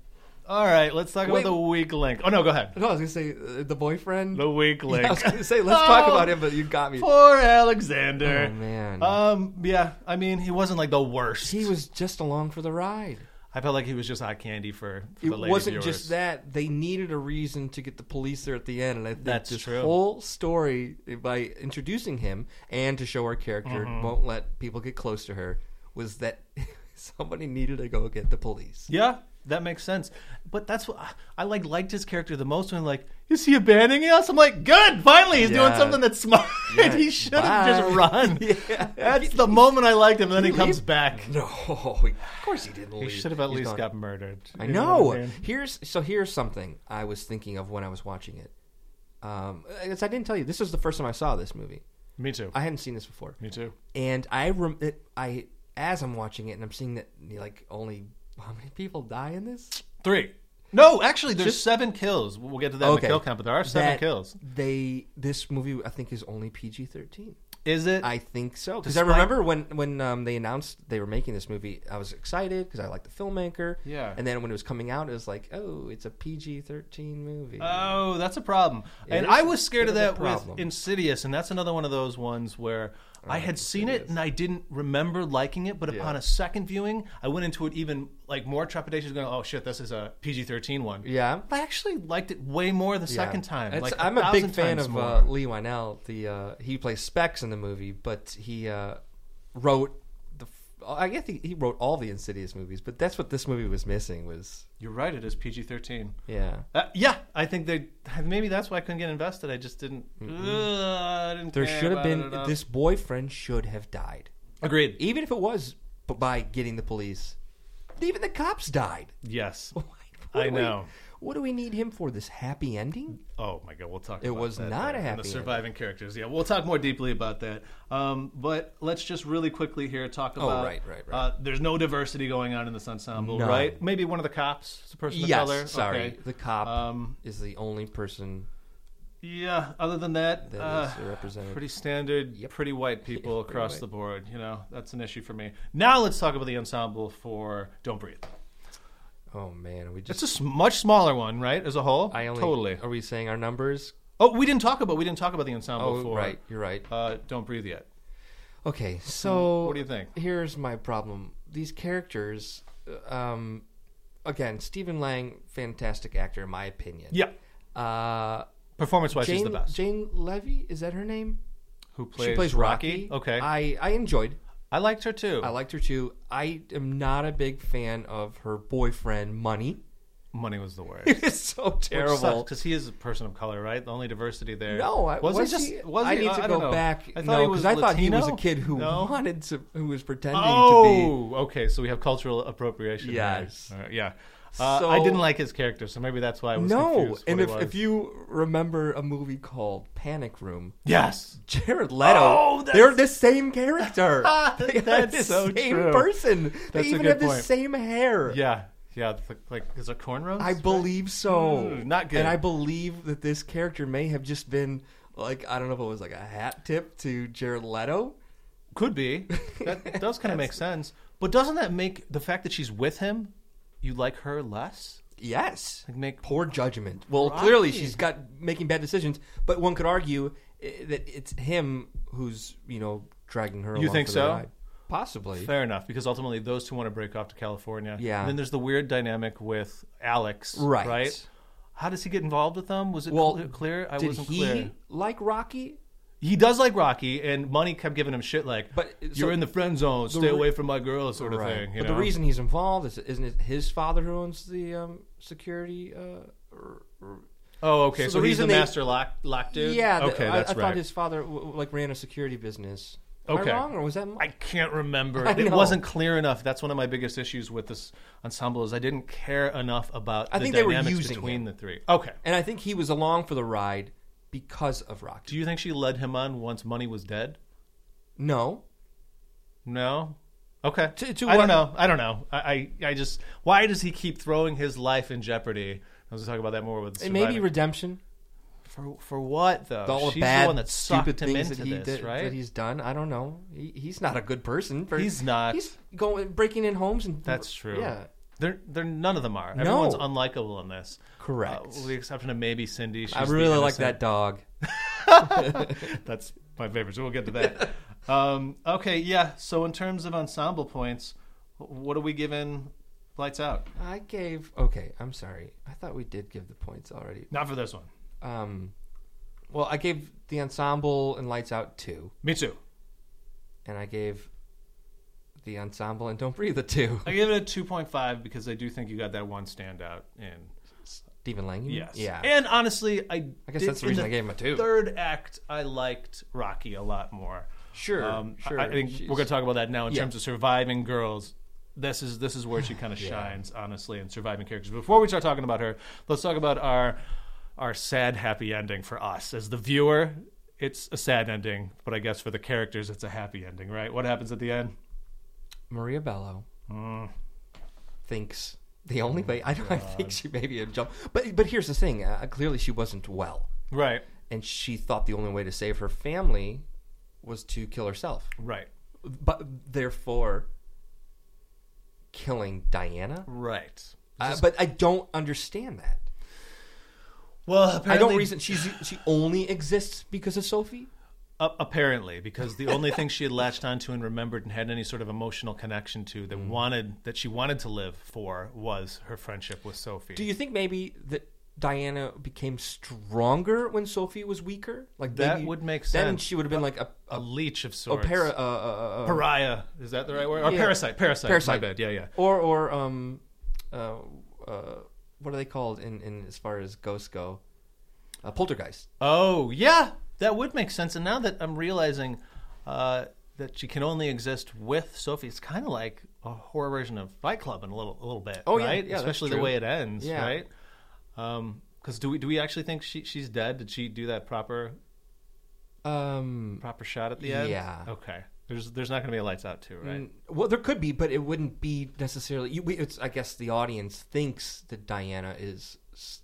S1: All right, let's talk
S2: Wait.
S1: about the weak link. Oh no, go ahead.
S2: No, I was gonna say uh, the boyfriend.
S1: The weak link.
S2: I was gonna say let's talk
S1: Oh,
S2: about him, but you got me.
S1: Poor Alexander.
S2: Oh man,
S1: Um. Yeah. I mean, he wasn't like the worst.
S2: he was just along for the ride.
S1: I felt like he was just hot candy for, for
S2: It
S1: the lady
S2: wasn't
S1: viewers.
S2: just that; they needed a reason to get the police there at the end, and I think
S1: That's
S2: this
S1: true.
S2: whole story eh, by
S1: Mm-hmm.
S2: introducing him and to show her character won't let people get close to her was that somebody needed to go get the police.
S1: Yeah, that makes sense. But that's what I, I like liked his character the most when like, is he abandoning us? I'm like, good, finally he's doing
S2: Yeah.
S1: something that's smart.
S2: Yeah,
S1: he should
S2: bye.
S1: have just run.
S2: Yeah.
S1: That's the moment I liked him, and then he,
S2: He
S1: comes
S2: leave-
S1: back.
S2: No, of course he didn't.
S1: He
S2: leave.
S1: should have at
S2: He's
S1: least
S2: gone.
S1: got murdered.
S2: I
S1: You what
S2: know.
S1: I'm saying?
S2: Here's so here's something I was thinking of when I was watching it. Um, I guess I didn't tell you this was the first time I saw this movie.
S1: Me too.
S2: I hadn't seen this before,
S1: Me too.
S2: and I rem- it, I as I'm watching it and I'm seeing that like only how many people die in this?
S1: Three. No, actually, there's seven kills. We'll get to that in the
S2: Okay.
S1: kill count, but there are seven
S2: That
S1: kills.
S2: They this movie I think is only PG thirteen.
S1: Is it?
S2: I think so because I
S1: Despite-
S2: remember when when um, they announced they were making this movie, I was excited because I liked the filmmaker.
S1: Yeah.
S2: and then when it was coming out, it was like, oh, it's a PG thirteen movie.
S1: Oh, that's a problem.
S2: It
S1: and
S2: is
S1: I
S2: a
S1: was scared of
S2: bit of
S1: that
S2: a
S1: with
S2: problem. Oh,
S1: Insidious, and that's another one of those ones where I had seen it
S2: Insidious.
S1: and I didn't remember liking it, but
S2: Yeah.
S1: upon a second viewing, I went into it even like more trepidation, going, "Oh shit, this is a PG-13 one."
S2: yeah.
S1: I actually liked it way more the
S2: Yeah.
S1: second time.
S2: It's-
S1: like
S2: I'm a big
S1: thousand
S2: fan
S1: times
S2: of
S1: more.
S2: uh, Lee Wynell. The uh, he plays Specs in the movie, but he uh, wrote the. f- I guess he, he wrote all the Insidious movies, but that's what this movie was missing. Was
S1: You're right. It is PG-13.
S2: yeah,
S1: Uh, yeah, I think they maybe that's why I couldn't get invested. I just didn't. Ugh, I didn't
S2: there
S1: care
S2: should have
S1: about it
S2: been
S1: enough.
S2: this boyfriend should have died,
S1: Agreed.
S2: even if it was b- by getting the police. Even the cops died.
S1: Yes.
S2: What
S1: I
S2: do we-
S1: know.
S2: what do we need him for? This happy ending?
S1: Oh my god, we'll talk.
S2: It
S1: about
S2: was
S1: that
S2: not
S1: later.
S2: a
S1: And
S2: happy
S1: The surviving characters. Yeah, we'll talk more deeply about that. Um, but let's just really quickly here talk about.
S2: Oh, right, right, right.
S1: Uh, there's no diversity going on in this ensemble,
S2: None.
S1: right? Maybe one of the cops, is a person of
S2: Yes,
S1: color.
S2: sorry,
S1: Okay.
S2: the cop
S1: Um,
S2: is the only person
S1: yeah. Other than that,
S2: that is
S1: uh,
S2: represented.
S1: pretty standard,
S2: Yep.
S1: pretty white people
S2: Yeah, pretty
S1: across
S2: white.
S1: the board. You know, that's an issue for me. Now let's talk about the ensemble for "Don't Breathe."
S2: oh man, we just
S1: It's a s- much smaller one, right? As a whole,
S2: I only
S1: totally.
S2: Are we saying our numbers?
S1: Oh, we didn't talk about we didn't talk about the ensemble
S2: Oh,
S1: for
S2: right. You're right.
S1: uh, "Don't Breathe" yet.
S2: Okay, so
S1: Hmm. What do you think?
S2: Here's my problem. These characters, um, again, Stephen Lang, fantastic actor in my opinion.
S1: Yeah.
S2: Uh,
S1: Performance wise, she's
S2: Jane
S1: the best.
S2: Jane Levy is that her name?
S1: Who plays,
S2: she plays Rocky.
S1: Okay. Oh. I,
S2: I I enjoyed.
S1: liked her too.
S2: I liked her too. I am not a big fan of her boyfriend Money.
S1: Money was the word.
S2: It's so terrible.
S1: Because he is a person of color, right? The only diversity there.
S2: No, I, was,
S1: was, he just?
S2: he,
S1: was
S2: I
S1: he?
S2: need
S1: I
S2: to
S1: don't
S2: go
S1: know.
S2: back.
S1: I thought
S2: no,
S1: he was.
S2: because I thought he was a
S1: Latino?
S2: kid who
S1: No?
S2: wanted to, who was pretending to
S1: Oh, okay. So we have cultural appropriation. there.
S2: Yes.
S1: All right, yeah. Uh,
S2: So-
S1: I didn't like his character, so maybe that's why I
S2: be.
S1: was
S2: No,
S1: confused what
S2: and
S1: he
S2: if,
S1: was.
S2: if you remember a movie called Panic Room,
S1: yes,
S2: Jared Leto,
S1: Oh, that's-
S2: they're the same character. They are
S1: That's
S2: the
S1: so
S2: same
S1: true.
S2: person. they
S1: That's a
S2: even
S1: good
S2: have the
S1: point.
S2: same hair.
S1: yeah, yeah. it's Like, like is it cornrows?
S2: I believe so.
S1: Mm, not good.
S2: And I believe that this character may have just been like I don't know if it was like a hat tip to Jared Leto.
S1: Could be. That does kind of make sense. But doesn't that make the fact that she's with him, you like her less?
S2: Yes.
S1: Like make
S2: poor judgment. Well,
S1: Right.
S2: clearly she's got making bad decisions, but one could argue eh, that it's him who's you know dragging her.
S1: You
S2: along
S1: think
S2: for the
S1: so?
S2: ride. Possibly.
S1: Fair enough, because ultimately those two want to break off to California.
S2: Yeah.
S1: And then there's the weird dynamic with Alex.
S2: Right.
S1: How does he get involved with them? Was it
S2: Well,
S1: cl- clear? I
S2: Did
S1: wasn't
S2: he
S1: clear.
S2: like Rocky?
S1: He does like Rocky, and Money kept giving him shit like,
S2: But, uh,
S1: "You're
S2: so-
S1: in the friend zone. Stay
S2: re-
S1: away from my girl," sort of thing. you
S2: But the
S1: know?
S2: reason he's involved is isn't it his father who owns the um, security? Uh, or, or,
S1: Oh, okay. So,
S2: so the
S1: he's the
S2: reason they-
S1: master lock, lock dude.
S2: yeah. the-
S1: Okay,
S2: I,
S1: that's
S2: I
S1: right.
S2: thought his father w- w- like ran a security business. Am
S1: Okay.
S2: I wrong or was that?
S1: I can't remember.
S2: I
S1: it
S2: know.
S1: wasn't clear enough. That's one of my biggest issues with this ensemble is I didn't care enough about
S2: I
S1: the
S2: think they were
S1: dynamics
S2: using
S1: between
S2: him.
S1: the three. Okay.
S2: and I think he was along for the ride because of Rocky.
S1: Do you think she led him on once Money was dead?
S2: No,
S1: No. Okay.
S2: To- to
S1: I
S2: what-
S1: don't know. I don't know. I, I I just why does he keep throwing his life in jeopardy? I was gonna talk about that more with
S2: it may be
S1: surviving-
S2: redemption.
S1: for for what though?
S2: all the
S1: Oh, She's
S2: bad,
S1: the one that sucked
S2: stupid
S1: him
S2: things
S1: into
S2: that he
S1: this,
S2: did,
S1: right?
S2: that he's done. I don't know. He, he's not a good person. for-
S1: He's not.
S2: He's going breaking in homes and
S1: That's true.
S2: Yeah,
S1: They're they're none of them are.
S2: No.
S1: Everyone's unlikable in this.
S2: Correct.
S1: Uh, with the exception of maybe Cindy. She's
S2: I
S1: the
S2: really like
S1: innocent.
S2: that dog.
S1: That's my favorite. So we'll get to that. um, okay, yeah. So in terms of ensemble points, wh- what are we giving Lights Out?
S2: I gave. Okay, I'm sorry. I thought we did give the points already.
S1: Not for this one.
S2: Um, well, I gave the ensemble and lights out two,
S1: Me too.
S2: and I gave the ensemble and Don't Breathe the two.
S1: I give it a 2.5 because I do think you got that one standout in.
S2: Stephen Lang. you mean?
S1: Yes.
S2: Yeah.
S1: And honestly, I
S2: I guess
S1: did-
S2: that's the
S1: in
S2: reason I gave him a two.
S1: Third act, I liked Rocky a lot more.
S2: Sure,
S1: Um, I-
S2: sure.
S1: I, think
S2: She's-
S1: we're going to talk about that now in
S2: Yeah.
S1: terms of surviving girls. This is this is where she kind of shines, honestly, in surviving characters. Before we start talking about her, let's talk about our our sad happy ending for us as the viewer. It's a sad ending, but I guess for the characters, it's a happy ending, right? What happens at the end?
S2: Maria Bello
S1: Mm.
S2: thinks the
S1: Oh
S2: only way. I don't. I think she maybe had jumped. But but here's the thing. Uh, clearly, she wasn't well,
S1: Right,
S2: and she thought the only way to save her family was to kill herself.
S1: right,
S2: But therefore, killing Diana.
S1: right.
S2: Uh, but I don't understand that.
S1: Well,
S2: I
S1: apparently,
S2: don't reason she's she only exists because of Sophie.
S1: Uh, apparently, because the only thing she had latched onto and remembered and had any sort of emotional connection to
S2: Mm.
S1: that wanted that she wanted to live for was her friendship with Sophie.
S2: Do you think maybe that Diana became stronger when Sophie was weaker? Like
S1: That
S2: maybe
S1: would make
S2: Then
S1: sense. Uh,
S2: she would have been like a
S1: a leech of
S2: a
S1: sorts.
S2: para uh, uh, uh,
S1: pariah. Is that the right word? Or
S2: Yeah.
S1: parasite. Parasite.
S2: Parasite.
S1: My bad. Yeah, yeah.
S2: or or um uh, uh what are they called in in as far as ghosts go? Uh, poltergeist.
S1: Oh, yeah. That would make sense. And now that I'm realizing uh, that she can only exist with Sophie, it's kind of like a horror version of Fight Club in a little, a little bit.
S2: Oh, yeah.
S1: right?
S2: Yeah, that's
S1: Especially the
S2: true.
S1: way it ends,
S2: Yeah.
S1: right? Because do we do we actually think she she's dead? Did she do that proper
S2: Um
S1: proper shot at the end?
S2: Yeah. Mm.
S1: Okay. There's there's not going to be a lights out too, right?
S2: n- well there could be, but it wouldn't be necessarily you, we, it's I guess the audience thinks that Diana is s-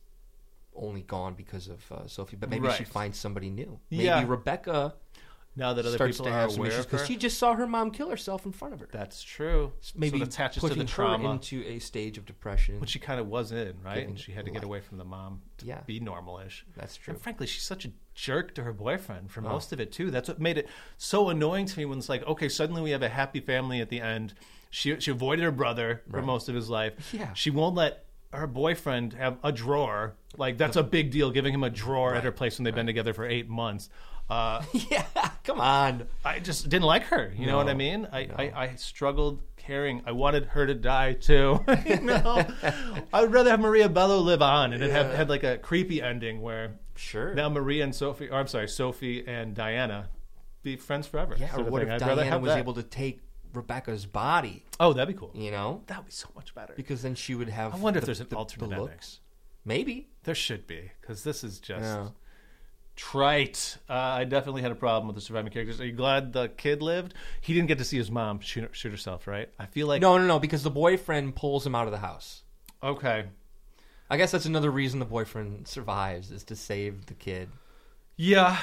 S2: only gone because of uh, Sophie, but maybe she
S1: Right.
S2: finds somebody new. Maybe
S1: Yeah.
S2: Rebecca
S1: Now that other
S2: starts
S1: people
S2: to
S1: are
S2: have some
S1: aware
S2: issues
S1: of her.
S2: because she just saw her mom kill herself in front of her.
S1: That's true.
S2: Maybe
S1: so it attaches to
S2: putting
S1: the trauma.
S2: her into a stage of depression.
S1: which she kind of was in, right?
S2: Giving
S1: And she had to get
S2: life.
S1: away from the mom to
S2: Yeah.
S1: be normalish.
S2: That's true. Oh.
S1: And frankly, she's such a jerk to her boyfriend for most of it too. That's what made it so annoying to me when it's like, okay, suddenly we have a happy family at the end. She she avoided her brother for most of his life.
S2: Yeah.
S1: She won't let her boyfriend have a drawer. Like that's a big deal, giving him a drawer at her place when they've been together for eight months. Uh,
S2: yeah, come on.
S1: I just didn't like her. You know what I
S2: No,
S1: mean? I, I, I struggled caring. I wanted her to die too. you know, I would rather have Maria Bello live on and it have had like a creepy ending where
S2: Sure.
S1: now Maria and Sophie, or I'm sorry, Sophie and Diana, be friends forever.
S2: yeah,
S1: sort
S2: or
S1: of
S2: what
S1: thing.
S2: if
S1: I'd rather
S2: Diana
S1: have
S2: was
S1: that.
S2: able to take Rebecca's body?
S1: Oh, that'd be cool.
S2: You know,
S1: That would be so much better.
S2: because then she would have.
S1: I wonder if
S2: the-
S1: there's an
S2: the- the
S1: alternate ending.
S2: looks. Maybe.
S1: There should be because this is just
S2: Yeah.
S1: trite. Uh, I definitely had a problem with the surviving characters. Are you glad the kid lived? He didn't get to see his mom shoot, shoot herself, right? I feel like
S2: No, no, no. Because the boyfriend pulls him out of the house.
S1: okay.
S2: I guess that's another reason the boyfriend survives is to save the kid.
S1: Yeah,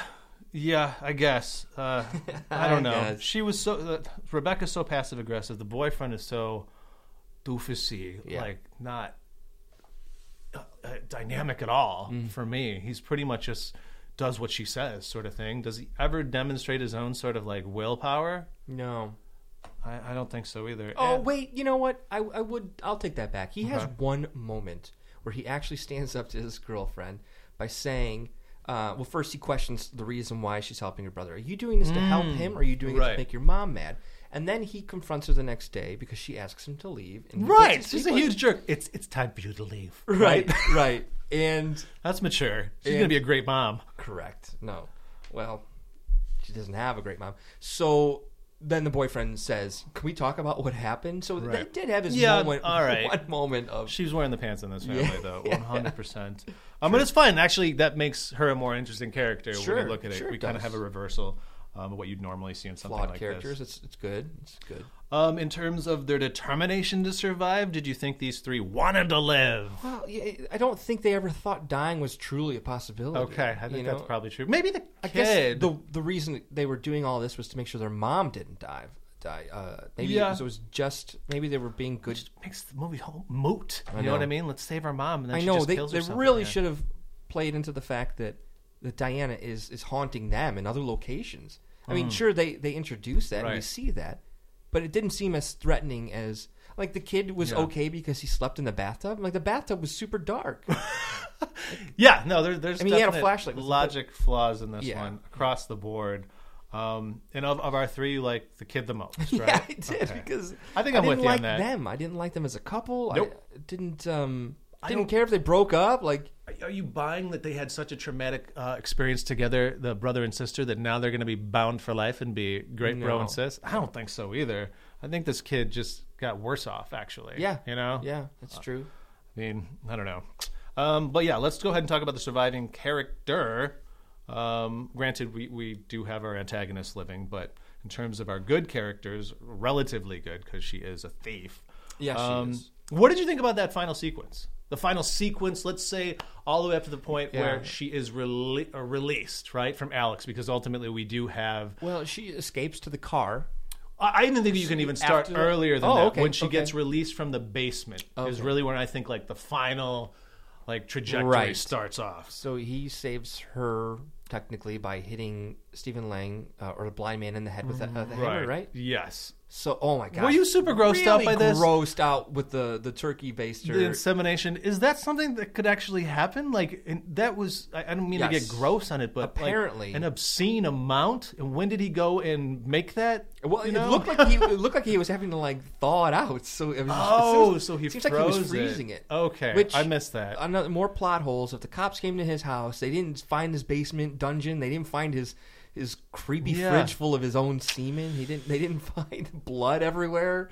S1: yeah, I guess. Uh, I don't know.
S2: guess.
S1: She was so uh, Rebecca's so passive aggressive. The boyfriend is so doofusy,
S2: Yeah.
S1: like not uh, uh, dynamic at all
S2: Mm-hmm.
S1: for me. He's pretty much just does what she says, sort of thing. Does he ever demonstrate his own sort of like willpower?
S2: No.
S1: I, I don't think so either.
S2: Oh
S1: And-
S2: wait, you know what? I, I would I'll take that back. He
S1: Uh-huh.
S2: has one moment where he actually stands up to his girlfriend by saying, uh, "Well, first he questions the reason why she's helping her brother. Are you doing this to help him, or are you doing it
S1: Mm, right.
S2: to make your mom mad?" And then he confronts her the next day because she asks him to leave. And he
S1: right,
S2: puts his
S1: she's a
S2: feet-
S1: huge jerk. It's it's time for you to leave.
S2: right, right, and
S1: that's mature. She's
S2: And-
S1: gonna be a great mom.
S2: Correct. No. Well, she doesn't have a great mom. So then the boyfriend says, "Can we talk about what happened?" So they
S1: Right.
S2: did have his
S1: Yeah,
S2: moment.
S1: all right.
S2: One moment of
S1: She was wearing the pants in this family,
S2: Yeah.
S1: though, one hundred percent. Um, but it's fun. Actually, that makes her a more interesting character when
S2: Sure,
S1: you look at it.
S2: sure
S1: we
S2: it
S1: kind of
S2: does.
S1: have a reversal um, of what you'd normally see in something
S2: flawed
S1: like
S2: characters.
S1: this.
S2: It's it's good. It's good.
S1: Um, in terms of their determination to survive, did you think these three wanted to live?
S2: Well, yeah, I don't think they ever thought dying was truly a possibility.
S1: Okay, I think
S2: you
S1: that's
S2: know?
S1: probably true. Maybe the
S2: I guess
S1: kid.
S2: the the reason they were doing all this was to make sure their mom didn't die. Die. Uh, maybe
S1: Yeah.
S2: it, was, it was just maybe they were being good.
S1: makes the movie whole moot. You know.
S2: know.
S1: what I mean? Let's save our mom, and then
S2: I
S1: she
S2: know
S1: just
S2: they,
S1: kills
S2: they
S1: herself
S2: really
S1: again.
S2: should have played into the fact that that Diana is is haunting them in other locations. I mean, sure they they introduce that and we
S1: Mm. Right.
S2: see that, but it didn't seem as threatening as like the kid was
S1: Yeah.
S2: okay because he slept in the bathtub. Like the bathtub was super dark.
S1: Yeah, no, there, there's.
S2: I mean, he had a
S1: definite
S2: flashlight with the-
S1: Logic flaws in this
S2: Yeah.
S1: one across the board. Um, and of, of our three, you like the kid the most, right?
S2: Yeah, I did because
S1: I think I'm
S2: didn't
S1: with you on
S2: like
S1: that.
S2: them. I didn't like them as a couple.
S1: Nope.
S2: I didn't um
S1: I
S2: didn't
S1: don't-
S2: care if they broke up. Like
S1: Are you buying that they had such a traumatic uh, experience together, the brother and sister, that now they're going to be bound for life and be great bro
S2: No.
S1: and sis? I don't think so either. I think this kid just got worse off, actually.
S2: yeah,
S1: You know?
S2: yeah, that's true.
S1: I mean, I don't know. Um, but yeah, let's go ahead and talk about the surviving character. Um, granted, we, we do have our antagonist living, but in terms of our good characters, relatively good because she is a thief. Um,
S2: Yeah, she is.
S1: What did you think about that final sequence? The final sequence, let's say, all the way up to the point
S2: Yeah.
S1: where she is rele- uh, released, right, from Alex, because ultimately we do have.
S2: Well, she escapes to the car.
S1: I I didn't think you can even start
S2: After the-
S1: earlier than
S2: Oh,
S1: that.
S2: okay,
S1: when she
S2: okay.
S1: gets released from the basement is
S2: Okay.
S1: really when I think like the final like trajectory
S2: Right.
S1: starts off.
S2: So he saves her technically by hitting Stephen Lang uh, or the blind man in the head with the, uh, the hammer, right?
S1: Yes.
S2: So, oh my god,
S1: Were you super grossed out
S2: Really
S1: by this?
S2: Grossed out with the the turkey baster.
S1: The insemination is that something that could actually happen? Like and that was I, I don't mean to get
S2: Yes.
S1: gross on it, but like,
S2: Apparently.
S1: an obscene amount. And when did he go and make that?
S2: Well,
S1: you
S2: it
S1: know?
S2: looked like he it looked like he was having to like thaw it out. So it was
S1: Oh,
S2: it seems-
S1: so he
S2: seems like he was
S1: froze it.
S2: freezing it.
S1: Okay,
S2: which
S1: I missed that.
S2: Another more plot holes. If the cops came to his house, they didn't find his basement dungeon. They didn't find his his creepy
S1: Yeah.
S2: fridge full of his own semen. He didn't. They didn't find blood everywhere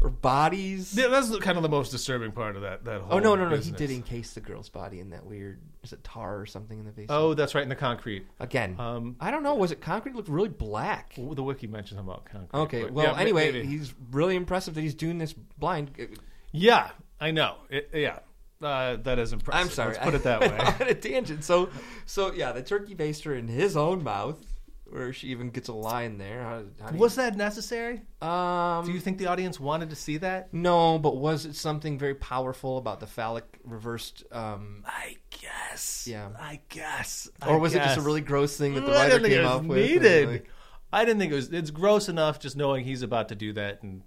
S2: or bodies.
S1: Yeah, that's the- kind of the most disturbing part of that. That whole
S2: Oh no no no!
S1: business.
S2: He did encase the girl's body in that weird is it tar or something in the basement?
S1: Oh, that's right in the concrete.
S2: Again,
S1: Um,
S2: I don't know. Was it concrete? It looked really black.
S1: w- the wiki mentions about concrete.
S2: Okay.
S1: but
S2: Well,
S1: yeah, ma-
S2: anyway,
S1: maybe.
S2: he's really impressive that he's doing this blind.
S1: yeah, I know. It, yeah, uh, that is impressive.
S2: I'm sorry.
S1: Let's put it that
S2: I
S1: way.
S2: went on a tangent. So, so yeah, the turkey baster in his own mouth, where she even gets a line there. How, how do you-
S1: Was that necessary?
S2: um
S1: Do you think the audience wanted to see that?
S2: no, but was it something very powerful about the phallic reversed? Um,
S1: I guess.
S2: Yeah.
S1: I guess.
S2: or was it just a really gross thing that the writer came up with? and,
S1: needed?
S2: like-
S1: I didn't think it was. It's gross enough just knowing he's about to do that, and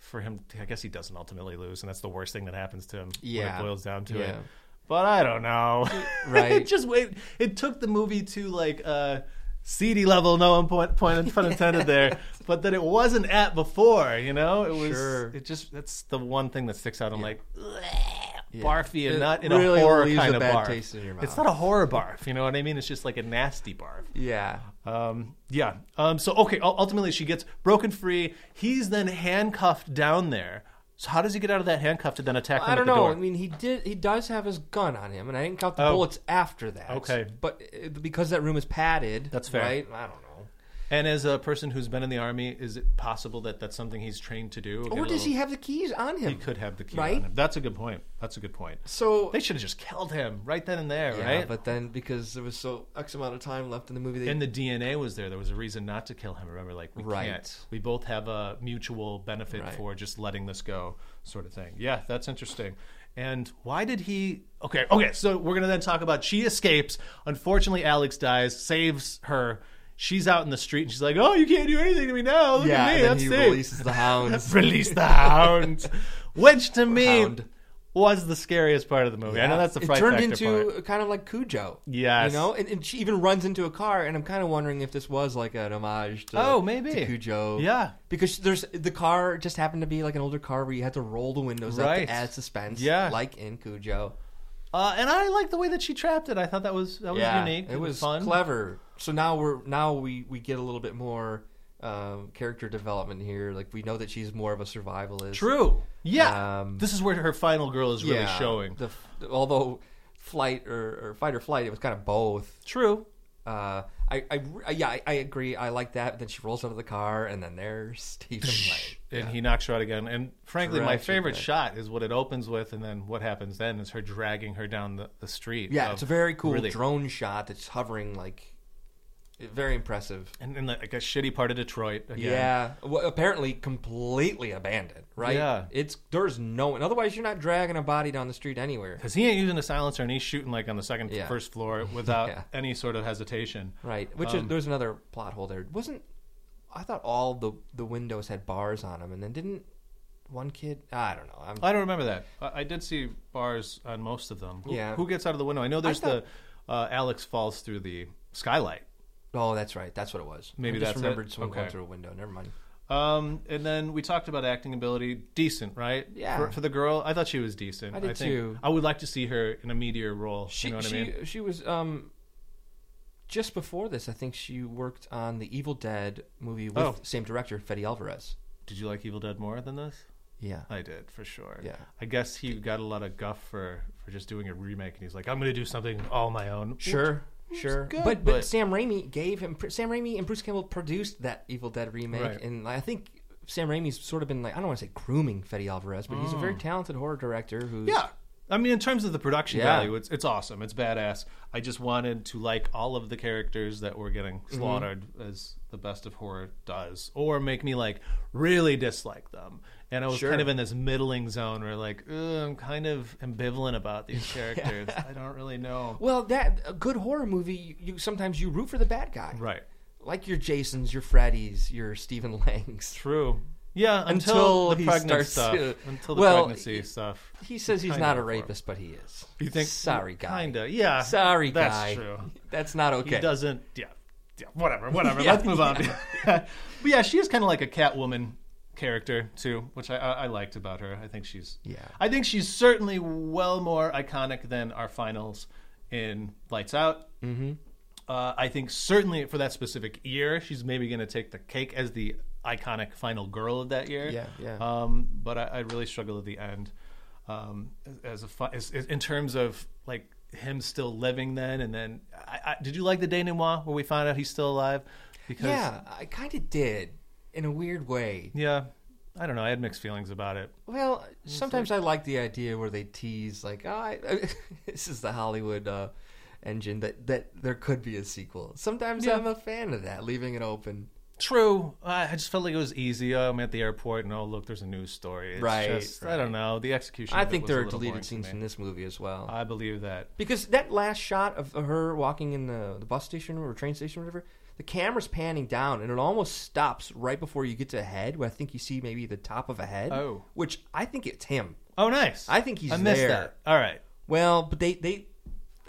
S1: for him, I guess he doesn't ultimately lose, and that's the worst thing that happens to him. when
S2: Yeah.
S1: it boils down to it.
S2: Yeah.
S1: But I don't know.
S2: Right.
S1: it just wait. It took the movie to like. uh seedy level, no point, point pun intended there, but that it wasn't at before, you know? It was,
S2: Sure.
S1: it just, that's the one thing that sticks out. I'm like,
S2: Yeah.
S1: barfy and
S2: It
S1: not in
S2: really
S1: a horror
S2: leaves a
S1: kind of
S2: bad
S1: barf.
S2: taste in your mouth.
S1: It's not a horror barf, you know what I mean? It's just like a nasty barf.
S2: yeah.
S1: Um, yeah. Um, so okay, ul- ultimately she gets broken free. He's then handcuffed down there. So how does he get out of that handcuff to then attack them
S2: I don't
S1: at the
S2: know.
S1: door?
S2: I mean, he did. He does have his gun on him, and I didn't count the
S1: Oh.
S2: bullets after that.
S1: Okay.
S2: but uh, because that room is padded,
S1: That's fair.
S2: Right? I don't know.
S1: and as a person who's been in the army, is it possible that that's something he's trained to do? Get a
S2: Or does
S1: little-
S2: he have the keys on him?
S1: He could have the key
S2: Right?
S1: on him. That's a good point. That's a good point.
S2: So
S1: They should have just killed him right then and there,
S2: yeah,
S1: right?
S2: but then because there was so X amount of time left in the movie, they
S1: and the DNA was there. There was a reason not to kill him. Remember, like we
S2: Right.
S1: can't. We both have a mutual benefit
S2: Right.
S1: for just letting this go, sort of thing. Yeah, that's interesting. And why did he? Okay, okay. So we're gonna then talk about she escapes. Unfortunately, Alex dies, saves her. She's out in the street, and she's like, "Oh, you can't do anything to me now. Look
S2: yeah,
S1: at me,
S2: and then
S1: I'm
S2: he
S1: safe."
S2: releases the hounds.
S1: Release the hound, which to me
S2: hound.
S1: was the scariest part of the movie. I know that's the
S2: it
S1: fright
S2: turned
S1: factor part.
S2: into kind of like Cujo.
S1: Yes.
S2: you know, and, and she even runs into a car, and I'm kind of wondering if this was like an homage to
S1: Oh, maybe.
S2: to Cujo.
S1: Yeah.
S2: because there's the car just happened to be like an older car where you had to roll the windows up
S1: Right.
S2: to add suspense.
S1: Yeah.
S2: like in Cujo.
S1: Uh, and I like the way that she trapped it. I thought that was that was unique.
S2: It was
S1: fun.
S2: clever. So now we're now we we get a little bit more um, character development here. Like we know that she's more of a survivalist.
S1: True. Yeah.
S2: Um,
S1: this is where her final girl is really showing.
S2: The, although flight or, or fight or flight, it was kind of both.
S1: True.
S2: Uh, I, I re- yeah I, I agree. I like that. Then she rolls out of the car, and then there's Stephen. Lang.
S1: And he knocks her out again. And frankly, my
S2: Tragic,
S1: favorite
S2: yeah.
S1: shot is what it opens with, and then what happens then is her dragging her down the, the street.
S2: Yeah,
S1: of
S2: it's a very cool
S1: um, really-
S2: drone shot that's hovering like very impressive.
S1: and, and like a shitty part of Detroit again.
S2: Yeah. Well, apparently completely abandoned, right?
S1: Yeah.
S2: It's there's no and otherwise you're not dragging a body down the street anywhere.
S1: Because he ain't using a silencer and he's shooting like on the second,
S2: Yeah.
S1: first floor without
S2: Yeah.
S1: any sort of hesitation.
S2: Right. Which
S1: Um,
S2: is there's another plot hole there. Wasn't I thought all the the windows had bars on them and then didn't one kid I don't know. I'm
S1: I don't remember that. I, I did see bars on most of them. Who,
S2: Yeah.
S1: Who gets out of the window? I know there's
S2: thought-
S1: the uh, Alex falls through the skylight.
S2: Oh, that's right. That's what it was.
S1: Maybe
S2: I just
S1: that's it?
S2: remembered someone
S1: Okay.
S2: going through a window. Never mind.
S1: Um, and then we talked about acting ability, decent, right?
S2: Yeah.
S1: For, for the girl, I thought she was decent.
S2: I did
S1: think,
S2: too.
S1: I would like to see her in a meteor role.
S2: She
S1: you know what
S2: she
S1: I mean?
S2: she was um just before this. I think she worked on the Evil Dead movie with
S1: Oh.
S2: same director Fede Alvarez.
S1: Did you like Evil Dead more than this?
S2: Yeah.
S1: I did for sure.
S2: Yeah.
S1: I guess he got a lot of guff for for just doing a remake, and he's like, "I'm going to do something all my own."
S2: Sure. Sure,
S1: good,
S2: but, but
S1: but-
S2: Sam Raimi gave him Sam Raimi and Bruce Campbell produced that Evil Dead remake,
S1: Right.
S2: and I think Sam Raimi's sort of been like I don't want to say grooming Fede Alvarez, but he's a very talented horror director who's
S1: Mm. Yeah. I mean, in terms of the production
S2: Yeah.
S1: value, it's it's awesome. It's badass. I just wanted to like all of the characters that were getting
S2: Mm-hmm.
S1: slaughtered as the best of horror does, or make me like really dislike them. And I was
S2: Sure.
S1: kind of in this middling zone where like "Ugh, I'm kind of ambivalent about these characters. I don't really know.
S2: Well, that a good horror movie, you, you sometimes you root for the bad guy,
S1: Right.
S2: Like your Jasons, your Freddies, your Stephen Langs.
S1: True. Yeah. Until,
S2: Until
S1: the
S2: he
S1: pregnant
S2: starts
S1: stuff.
S2: to-
S1: until the
S2: well,
S1: pregnancy
S2: y-
S1: stuff.
S2: He says he's
S1: Kinda
S2: not a
S1: horrible.
S2: rapist, but he is.
S1: You think?
S2: Sorry, guy.
S1: Kinda. Yeah.
S2: Sorry,
S1: that's
S2: guy.
S1: true.
S2: That's not okay.
S1: He doesn't. Yeah. Yeah. Whatever. Whatever.
S2: Yeah,
S1: Let's move on. but yeah, she is kind of like a Catwoman character too, which I, I, I liked about her. I think she's.
S2: Yeah.
S1: I think she's certainly well more iconic than our finals in Lights Out. Mm-hmm. Uh, I think certainly for that specific year, she's maybe going to take the cake as the iconic final girl of that year.
S2: Yeah, yeah.
S1: Um, but I, I really struggled at the end um, as- as a fi- as, as, in terms of like him still living then and then. I, I, did you like the denouement where we found out he's still alive? Because
S2: Yeah, I kind of did in a weird way.
S1: yeah, I don't know. I had mixed feelings about it.
S2: Well, sometimes I like the idea where they tease like, oh, I, this is the Hollywood uh, engine that that there could be a sequel. Sometimes
S1: Yeah.
S2: I'm a fan of that, leaving it open.
S1: True. I I just felt like it was easy. Oh, I'm at the airport, and oh, look, there's a news story. It's
S2: Right,
S1: Just, I don't know. The execution.
S2: I
S1: of it
S2: think
S1: was
S2: there
S1: a
S2: are
S1: little boring
S2: deleted
S1: to
S2: scenes
S1: me.
S2: in this movie as well.
S1: I believe that.
S2: Because that last shot of her walking in the, the bus station or train station or whatever, the camera's panning down and it almost stops right before you get to a head where I think you see maybe the top of a head.
S1: Oh.
S2: Which I think it's him.
S1: Oh, nice.
S2: I think he's
S1: I missed
S2: there.
S1: that. All right.
S2: Well, but they, they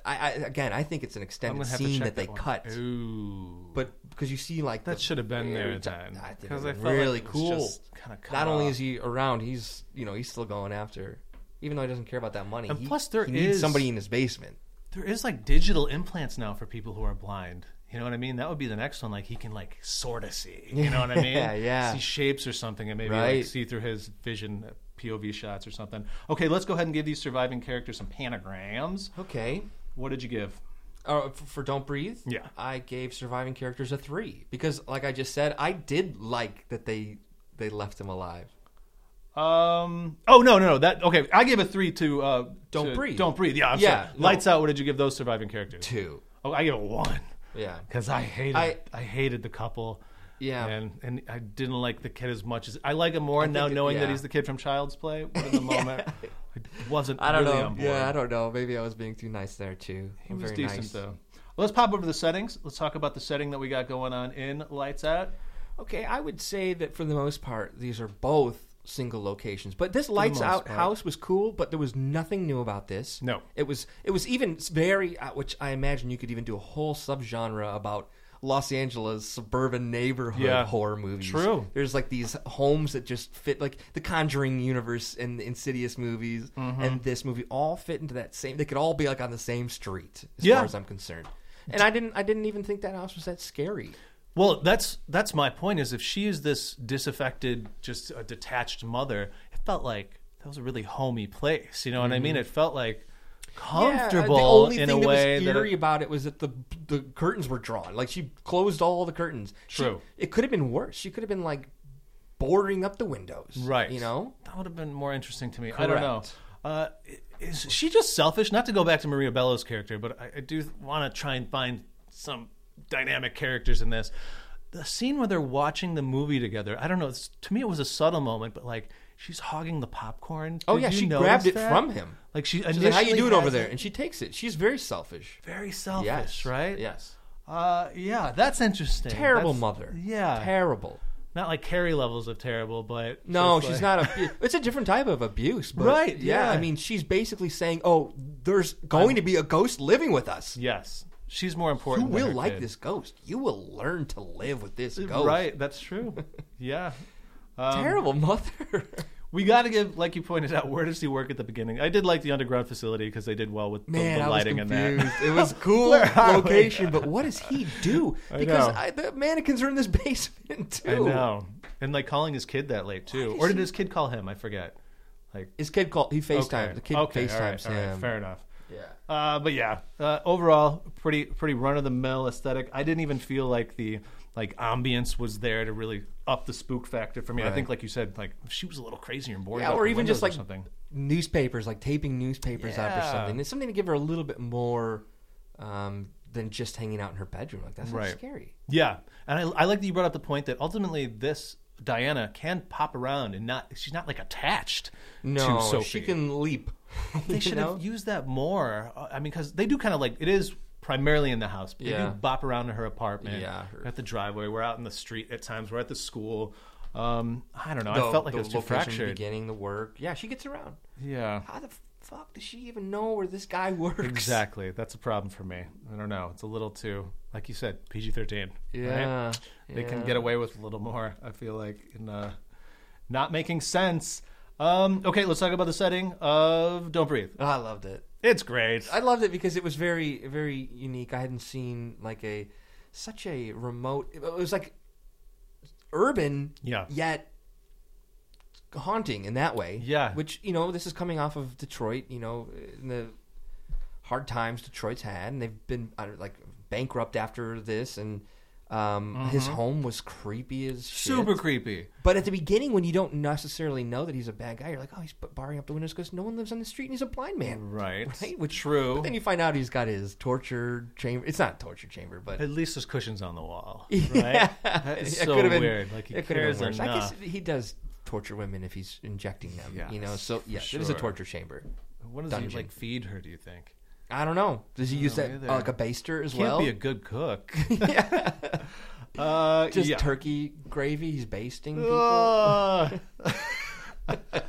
S2: I, I again I think it's an
S1: I'm
S2: extended
S1: gonna have to
S2: scene
S1: check
S2: that they
S1: that one.
S2: cut.
S1: Ooh.
S2: But because you see like
S1: that
S2: the
S1: should have been there
S2: very top-
S1: then.
S2: I think it
S1: Because
S2: was
S1: I felt
S2: really
S1: like it was
S2: cool.
S1: just kinda cut
S2: Not only
S1: off.
S2: is he around, he's you know, he's still going after her. even though he doesn't care about that money.
S1: And
S2: he-
S1: plus there
S2: he needs
S1: is-
S2: somebody in his basement.
S1: there is like digital implants now for people who are blind. You know what I mean? That would be the next one. Like he can like sort of see. You know what I mean?
S2: Yeah, yeah.
S1: See shapes or something, and maybe like
S2: Right.
S1: see through his vision uh, POV shots or something. Okay, let's go ahead and give these surviving characters some panagrams.
S2: Okay.
S1: What did you give?
S2: Uh, for, for Don't Breathe,
S1: Yeah.
S2: I gave surviving characters a three because, like I just said, I did like that they they left him alive.
S1: Um. Oh no, no, no. That okay. I gave a three to uh,
S2: Don't
S1: to-
S2: Breathe.
S1: Don't breathe. Yeah, I'm
S2: Yeah,
S1: sorry.
S2: no.
S1: Lights out. What did you give those surviving characters?
S2: Two,
S1: Oh, I gave a one
S2: yeah,
S1: because I hated I,
S2: I-
S1: hated the couple.
S2: Yeah.
S1: and and I didn't like the kid as much as I like him more now,
S2: think it-
S1: knowing that
S2: yeah.
S1: he's the kid from Child's Play. But in the moment, I wasn't.
S2: I don't
S1: really
S2: know.
S1: On board.
S2: Yeah, I don't know. Maybe I was being too nice there too.
S1: It
S2: I'm
S1: was
S2: very
S1: decent
S2: nice.
S1: though. Well, let's pop over to the settings. Let's talk about the setting that we got going on in Lights Out.
S2: Okay, I would say that for the most part, these are both single locations. But this lights
S1: most
S2: out
S1: part.
S2: house was cool, but there was nothing new about this.
S1: No.
S2: it was it was even very, uh, which I imagine you could even do a whole subgenre about. Los Angeles suburban neighborhood
S1: Yeah.
S2: horror movies.
S1: True.
S2: There's like these homes that just fit, like the Conjuring universe and the Insidious movies,
S1: Mm-hmm.
S2: and this movie all fit into that same. They could all be like on the same street, as
S1: Yeah.
S2: far as I'm concerned. And I didn't, I didn't even think that house was that scary.
S1: Well, that's that's my point. Is if she is this disaffected, just a detached mother, it felt like that was a really homey place. You know what I mean? It felt like comfortable
S2: Mm-hmm. Yeah, the only
S1: in
S2: thing
S1: a way
S2: that was
S1: that it-
S2: eerie about it was that the the curtains were drawn. Like she closed all the curtains. She-
S1: True.
S2: it could have been worse. She could have been like boarding up the windows.
S1: Right.
S2: You know.
S1: That would have been more interesting to me. I don't know.
S2: Correct.
S1: Uh, is she just selfish? Not to go back to Maria Bello's character, but I, I do want to try and find some dynamic characters in this. The scene where they're watching the movie together, I don't know. It's, to me, it was a subtle moment, but like she's hogging the popcorn.
S2: Oh
S1: Did
S2: yeah,
S1: you
S2: she
S1: notice
S2: grabbed it
S1: that?
S2: from him.
S1: Like she
S2: She's
S1: initially
S2: like, "How you doing over
S1: has
S2: there?"
S1: it.
S2: And she takes it. She's very selfish.
S1: Very selfish,
S2: yes.
S1: right?
S2: Yes.
S1: Uh, yeah, that's interesting.
S2: Terrible
S1: That's-
S2: mother.
S1: Yeah,
S2: Terrible.
S1: not like Carrie levels of terrible, but
S2: No,
S1: just
S2: she's
S1: like-
S2: not. A, it's a different type of abuse, but
S1: Right,
S2: Yeah,
S1: yeah.
S2: I mean, she's basically saying, "Oh, there's going to be a ghost living with us."
S1: Yes. She's more important.
S2: You
S1: than
S2: will
S1: her
S2: like
S1: kid.
S2: this ghost. You will learn to live with this ghost.
S1: Right, that's true. yeah. Um,
S2: Terrible mother.
S1: We got to give, like you pointed out, where does he work at the beginning? I did like the underground facility because they did well with the,
S2: Man,
S1: the
S2: I was
S1: lighting
S2: confused.
S1: and that.
S2: It was cool
S1: Where are we?
S2: location, but what does he do?
S1: I
S2: Because
S1: know.
S2: I, the mannequins are in this basement too.
S1: I know. And like calling his kid that late too,
S2: Why
S1: or
S2: is
S1: did
S2: he-
S1: his kid call him? I forget. Like
S2: His kid called. He FaceTimes.
S1: okay.
S2: The kid
S1: okay,
S2: FaceTimes
S1: all right, all right,
S2: him.
S1: fair enough.
S2: Yeah.
S1: Uh, but yeah, uh, overall, pretty pretty run of the mill aesthetic. I didn't even feel like the like ambience was there to really up the spook factor for me. I
S2: Right.
S1: think, like you said, like she was a little crazy and bored.
S2: Yeah,
S1: out
S2: or
S1: the
S2: even just
S1: windows
S2: like
S1: or something.
S2: newspapers, like taping newspapers up or
S1: Yeah.
S2: something. There's something to give her a little bit more um, than just hanging out in her bedroom. Like that's not
S1: Right.
S2: scary.
S1: Yeah, and I, I like that you brought up the point that ultimately this Diana can pop around and not she's not like attached
S2: No,
S1: to Sophie.
S2: she can leap.
S1: They should have used that more. Uh, I mean, because they do kind of like it is primarily in the house. But They
S2: Yeah.
S1: do bop around to her apartment.
S2: Yeah, her-
S1: We're at the driveway. We're out in the street at times. We're at the school. Um, I don't know.
S2: The,
S1: I felt like it
S2: the
S1: was too
S2: location
S1: fractured.
S2: Beginning the work. Yeah, she gets around.
S1: Yeah.
S2: How the fuck does she even know where this guy works?
S1: Exactly. That's a problem for me. I don't know. It's a little too, like you said, PG thirteen.
S2: Yeah.
S1: They can
S2: yeah.
S1: get away with a little more. I feel like in uh, not making sense. Um, okay, let's talk about the setting of Don't Breathe.
S2: Oh, I loved it.
S1: It's great.
S2: I loved it because it was very, very unique. I hadn't seen like a such a remote. It was like urban,
S1: Yeah.
S2: yet haunting in that way.
S1: Yeah.
S2: which you know, this is coming off of Detroit. You know, in the hard times Detroit's had, and they've been I don't- like bankrupt after this. And um, his home was creepy as shit.
S1: Mm-hmm. Super creepy.
S2: But at the beginning, when you don't necessarily know that he's a bad guy, you're like, oh, he's barring up the windows because no one lives on the street and he's a blind man.
S1: Right.
S2: Right, which-
S1: True.
S2: But then you find out he's got his torture chamber. It's not a torture chamber, but
S1: At least there's cushions on the wall, right?
S2: Yeah.
S1: That is
S2: It
S1: so
S2: could've been-
S1: weird. Like he
S2: it could have
S1: cares
S2: been worse. I guess
S1: enough.
S2: he does torture women if he's injecting them.
S1: Yes,
S2: you know, so yeah,
S1: for
S2: it is a
S1: sure.
S2: torture chamber.
S1: What does he
S2: dungeon.
S1: like feed her? Do you think?
S2: I don't know. Does he use
S1: know
S2: that
S1: either.
S2: uh, like a baster as
S1: Can't
S2: well?
S1: be a good cook. uh,
S2: Just
S1: yeah.
S2: turkey gravy. He's basting people. Uh.
S1: Ugh.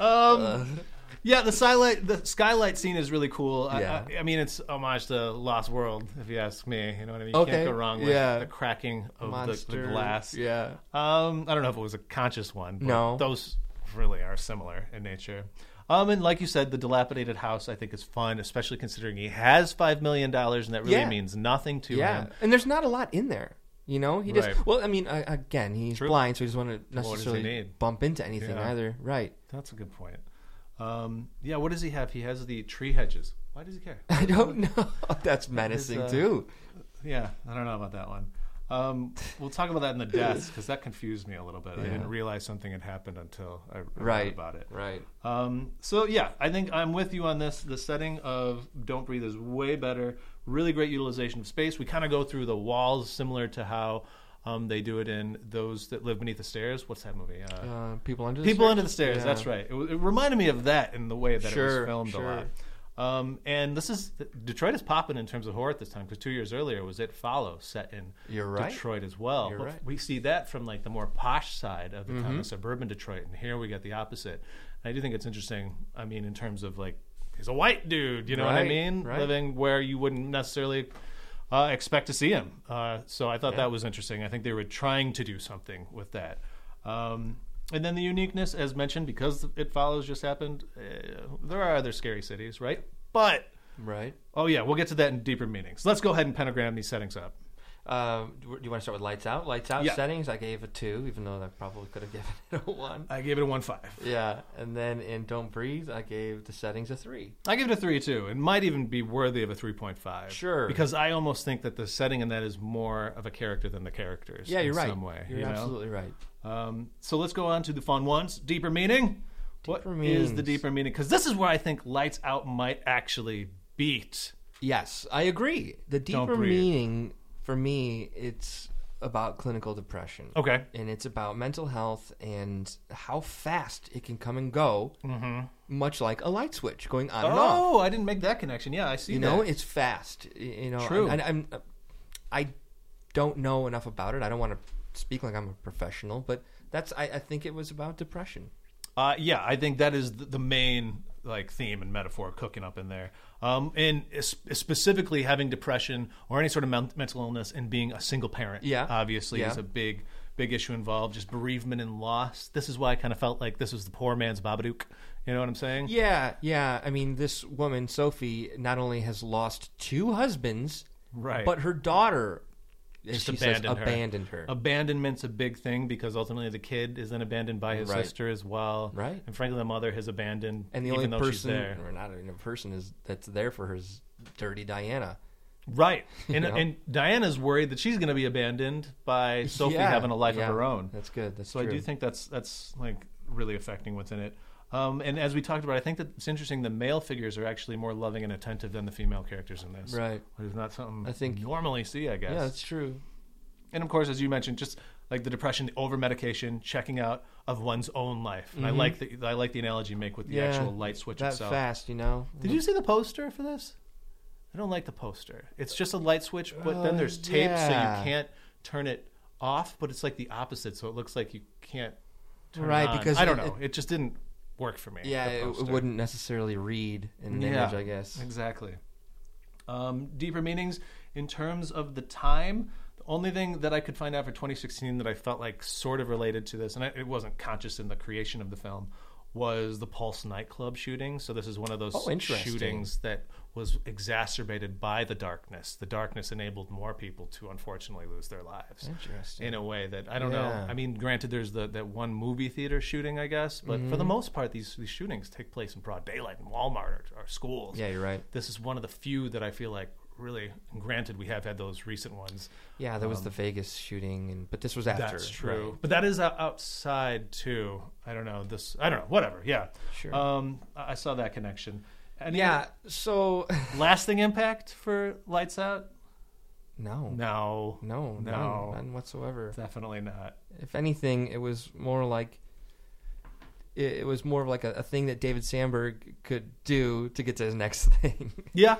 S1: um, yeah, the skylight the skylight scene is really cool. I-
S2: Yeah.
S1: I, I, mean, it's homage to Lost World, if you ask me. You know what I mean? You
S2: Okay,
S1: can't go wrong with
S2: yeah.
S1: the cracking of the, the
S2: Monster.
S1: glass.
S2: Yeah.
S1: Um, I don't know if it was a conscious one. But
S2: No.
S1: those really are similar in nature. Um, and like you said, the dilapidated house I think is fun, especially considering he has five million dollars, and that really
S2: Yeah.
S1: means nothing to
S2: yeah,
S1: him.
S2: and there's not a lot in there. You know, he just
S1: Right.
S2: well. I mean, uh, again, he's
S1: True.
S2: blind, so he doesn't want to
S1: does he
S2: necessarily
S1: need?
S2: bump into anything
S1: Yeah.
S2: either. Right.
S1: That's a good point. Um, yeah, what does he have? He has the tree hedges. Why does he care?
S2: I don't know. That's menacing
S1: uh,
S2: too.
S1: Yeah, I don't know about that one. Um, we'll talk about that in the deaths because that confused me a little bit. I
S2: Yeah.
S1: didn't realize something had happened until I read
S2: Right.
S1: about it.
S2: Right.
S1: Um, so yeah, I think I'm with you on this. The setting of Don't Breathe is way better. Really great utilization of space. We kind of go through the walls, similar to how um, they do it in those that live beneath the stairs. What's that movie? Uh,
S2: Uh, people under the
S1: People
S2: stairs?
S1: Under the Stairs.
S2: Yeah.
S1: That's right. It, w- it reminded me of that in the way that it was
S2: Sure,
S1: filmed a lot.
S2: sure.
S1: Um, and this is Detroit is popping in terms of horror at this time because two years earlier was It Follows, set in
S2: You're right.
S1: Detroit as well.
S2: You're
S1: But
S2: right. Mm-hmm.
S1: We see that from like the more posh side of the town, the suburban Detroit, and here we get the opposite. And I do think it's interesting. I mean, in terms of like he's a white dude, you know what I
S2: Right,
S1: mean,
S2: right.
S1: living where you wouldn't necessarily. Uh, expect to see him. Uh, so I thought
S2: Yeah.
S1: that was interesting. I think they were trying to do something with that. Um, and then the uniqueness, as mentioned, because it follows just happened. Uh, there are other scary cities, right? But
S2: Right.
S1: oh yeah, we'll get to that in deeper meanings. Let's go ahead and pentagram these settings up.
S2: Um, do you want to start with lights out? Lights out
S1: Yeah.
S2: settings. I gave a two, even though I probably could have given it a one.
S1: I gave it a one five.
S2: Yeah, and then in don't breathe, I gave the settings a three.
S1: I give it a three too. It might even be worthy of a three point five.
S2: Sure.
S1: Because I almost think that the setting in that is more of a character than the characters.
S2: Yeah,
S1: in
S2: you're right.
S1: Some way,
S2: you're
S1: you know?
S2: absolutely right.
S1: Um, so let's go on to the fun ones. Deeper meaning. What is
S2: Deeper
S1: the
S2: meanings.
S1: deeper meaning? Because this is where I think Lights Out might actually beat.
S2: Yes, I agree. The
S1: Don't
S2: deeper
S1: breathe.
S2: meaning for me, it's about clinical depression.
S1: Okay.
S2: And it's about mental health and how fast it can come and go, mm-hmm. much like a light switch going on and off.
S1: Oh, I didn't make that connection. Yeah, I see.
S2: You know,
S1: that.
S2: it's fast. y- You know,
S1: True.
S2: And, and I'm, I don't know enough about it. I don't want to speak like I'm a professional, but that's. I, I think it was about depression.
S1: Uh, yeah, I think that is th- the main like theme and metaphor cooking up in there. Um, and es- specifically having depression or any sort of men- mental illness and being a single parent,
S2: Yeah.
S1: obviously is
S2: Yeah.
S1: a big, big issue involved. Just bereavement and loss. This is why I kind of felt like this was the poor man's Babadook. You know what I'm saying?
S2: Yeah, yeah. I mean, this woman, Sophie, not only has lost two husbands,
S1: Right.
S2: but her daughter, as
S1: Just
S2: she says,
S1: abandoned her.
S2: abandoned her.
S1: abandonment's a big thing because ultimately the kid is then abandoned by his
S2: Right.
S1: sister as well.
S2: Right.
S1: And frankly, the mother has abandoned.
S2: and the
S1: even
S2: only
S1: though she's
S2: person,
S1: there.
S2: or not even a person, is that's there for her is Dirty Diana.
S1: right? And
S2: Yeah.
S1: and Diana's worried that she's going to be abandoned by Sophie
S2: Yeah,
S1: having a life
S2: yeah.
S1: of her own.
S2: That's good. That's
S1: So
S2: true.
S1: I do think that's that's like really affecting what's in it. Um, and as we talked about, I think that it's interesting. The male figures are actually more loving and attentive than the female characters in this,
S2: Right.
S1: Which is not something
S2: I
S1: I
S2: think-
S1: think normally see, I guess.
S2: Yeah, that's true.
S1: And of course, as you mentioned, just like the depression, the over medication, checking out of one's own life. And I like the I like the analogy you make with the
S2: Mm-hmm. Yeah,
S1: actual light switch
S2: That
S1: itself.
S2: fast, you know.
S1: Did you see the poster for this? I don't like the poster. It's just a light switch, but then
S2: Uh,
S1: there's tape, so
S2: yeah.
S1: you can't turn it off. But it's like the opposite, so it looks like you can't. Turn it
S2: Right,
S1: on.
S2: because
S1: I don't
S2: it-
S1: know. It, just didn't work for me.
S2: Yeah,
S1: the
S2: it, it
S1: poster.
S2: wouldn't necessarily read in the
S1: Yeah.
S2: image, I guess.
S1: Exactly. Um, deeper meanings in terms of the time. The only thing that I could find out for 2016 that I felt like sort of related to this, and I, it wasn't conscious in the creation of the film, was the Pulse nightclub shooting. So this is one of those
S2: Oh, interesting.
S1: shootings that was exacerbated by the darkness. The darkness enabled more people to unfortunately lose their lives
S2: Interesting.
S1: in a way that I don't
S2: Yeah.
S1: know. I mean, granted, there's the that one movie theater shooting, I guess, but for the
S2: Mm-hmm.
S1: most part, these these shootings take place in broad daylight in Walmart or, or schools.
S2: Yeah, you're right.
S1: This is one of the few that I feel like really. and Granted, we have had those recent ones.
S2: Yeah, there was the Vegas shooting, and but this was after.
S1: Um, That's true, but that is o- outside too. I don't know this. I don't know. Whatever. Yeah.
S2: Sure.
S1: Um, I I saw that connection.
S2: right.
S1: Any
S2: Yeah. So
S1: Lasting impact for Lights Out?
S2: no,
S1: No.
S2: no, no,
S1: No.
S2: none whatsoever.
S1: Definitely not.
S2: if anything, it was more like it, it was more of like a, a thing that David Sandberg could do to get to his next thing.
S1: Yeah.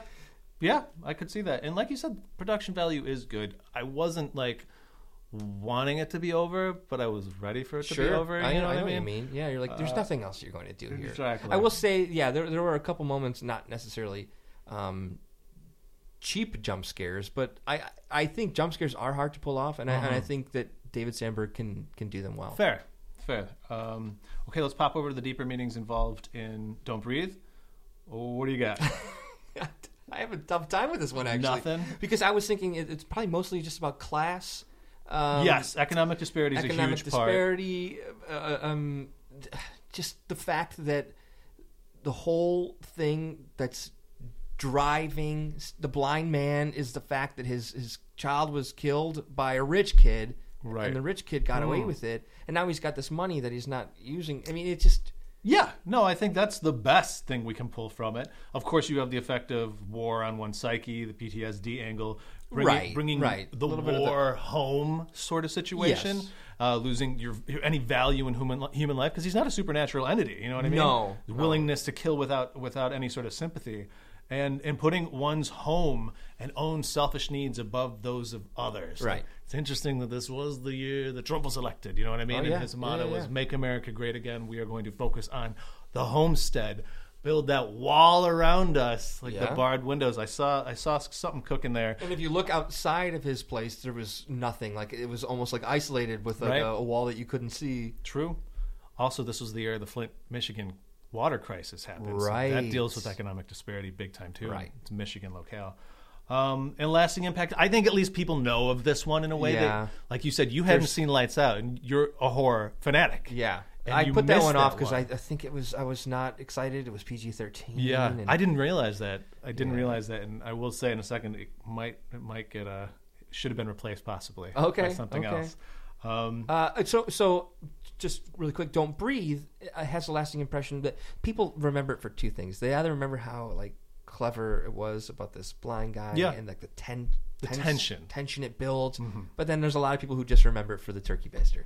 S1: Yeah, I could see that. And like you said, production value is good. I wasn't like wanting it to be over, but I was ready for it to be over.
S2: I,
S1: you
S2: know,
S1: know
S2: I
S1: what
S2: know what you mean. Yeah, you're like, there's
S1: Uh,
S2: nothing else you're going to do here.
S1: exactly.
S2: I will say, yeah, there there were a couple moments, not necessarily um, cheap jump scares, but I I think jump scares are hard to pull off, and,
S1: Uh-huh.
S2: I, and I think that David Sandberg can can do them well.
S1: Fair, fair. Um, okay, let's pop over to the deeper meanings involved in "Don't Breathe." What do you got?
S2: I have a tough time with this one actually.
S1: Nothing?
S2: because I was thinking it, it's probably mostly just about class. Um,
S1: yes, economic disparity is a
S2: economic
S1: huge part.
S2: disparity, uh, um, d- just the fact that the whole thing that's driving s- the blind man is the fact that his his child was killed by a rich kid,
S1: Right. Hmm.
S2: And the rich kid got away with it, and now he's got this money that he's not using. I mean, it just
S1: Yeah, no, I think that's the best thing we can pull from it. Of course, you have the effect of war on one psyche, the PTSD angle, bringing,
S2: Right,
S1: bringing
S2: right. A
S1: the
S2: little bit of the-
S1: war home sort of situation,
S2: Yes.
S1: uh, losing your, your- any value in human li- human life because he's not a supernatural entity. You know what I mean?
S2: No,
S1: The
S2: no.
S1: willingness to kill without without any sort of sympathy. And, and putting one's home and own selfish needs above those of others.
S2: Right.
S1: It's interesting that this was the year that Trump was elected. You know what I mean? And
S2: Oh, yeah.
S1: his
S2: Yeah,
S1: motto
S2: yeah,
S1: was
S2: yeah.
S1: make America great again. We are going to focus on the homestead, build that wall around us, like
S2: Yeah.
S1: the barred windows. I saw I saw something cooking there.
S2: And if you look outside of his place, there was nothing. Like it was almost like isolated with like
S1: Right.
S2: a, a wall that you couldn't see.
S1: True. Also, this was the year the Flint, Michigan water crisis happened. So
S2: Right.
S1: that deals with economic disparity big time too.
S2: Right.
S1: It's a Michigan locale. Um, and lasting impact. I think at least people know of this one in a way
S2: Yeah.
S1: that, like you said, you hadn't seen Lights Out, and you're a horror fanatic.
S2: Yeah.
S1: And
S2: I
S1: you
S2: put that
S1: missed
S2: one
S1: that
S2: off because I, I
S1: one.
S2: think it was I was not excited. It was PG thirteen.
S1: Yeah,
S2: and,
S1: I didn't realize that. I didn't realize that, and I will say in a second it might it might get uh should have been replaced possibly
S2: Okay,
S1: by something
S2: okay.
S1: else. Um,
S2: Uh, so so just really quick, don't breathe. It has a lasting impression that people remember it for two things. They either remember how like clever it was about this blind guy
S1: Yeah.
S2: and like the ten.
S1: The tension. Mm-hmm.
S2: tension it builds, but then there's a lot of people who just remember it for the turkey baster.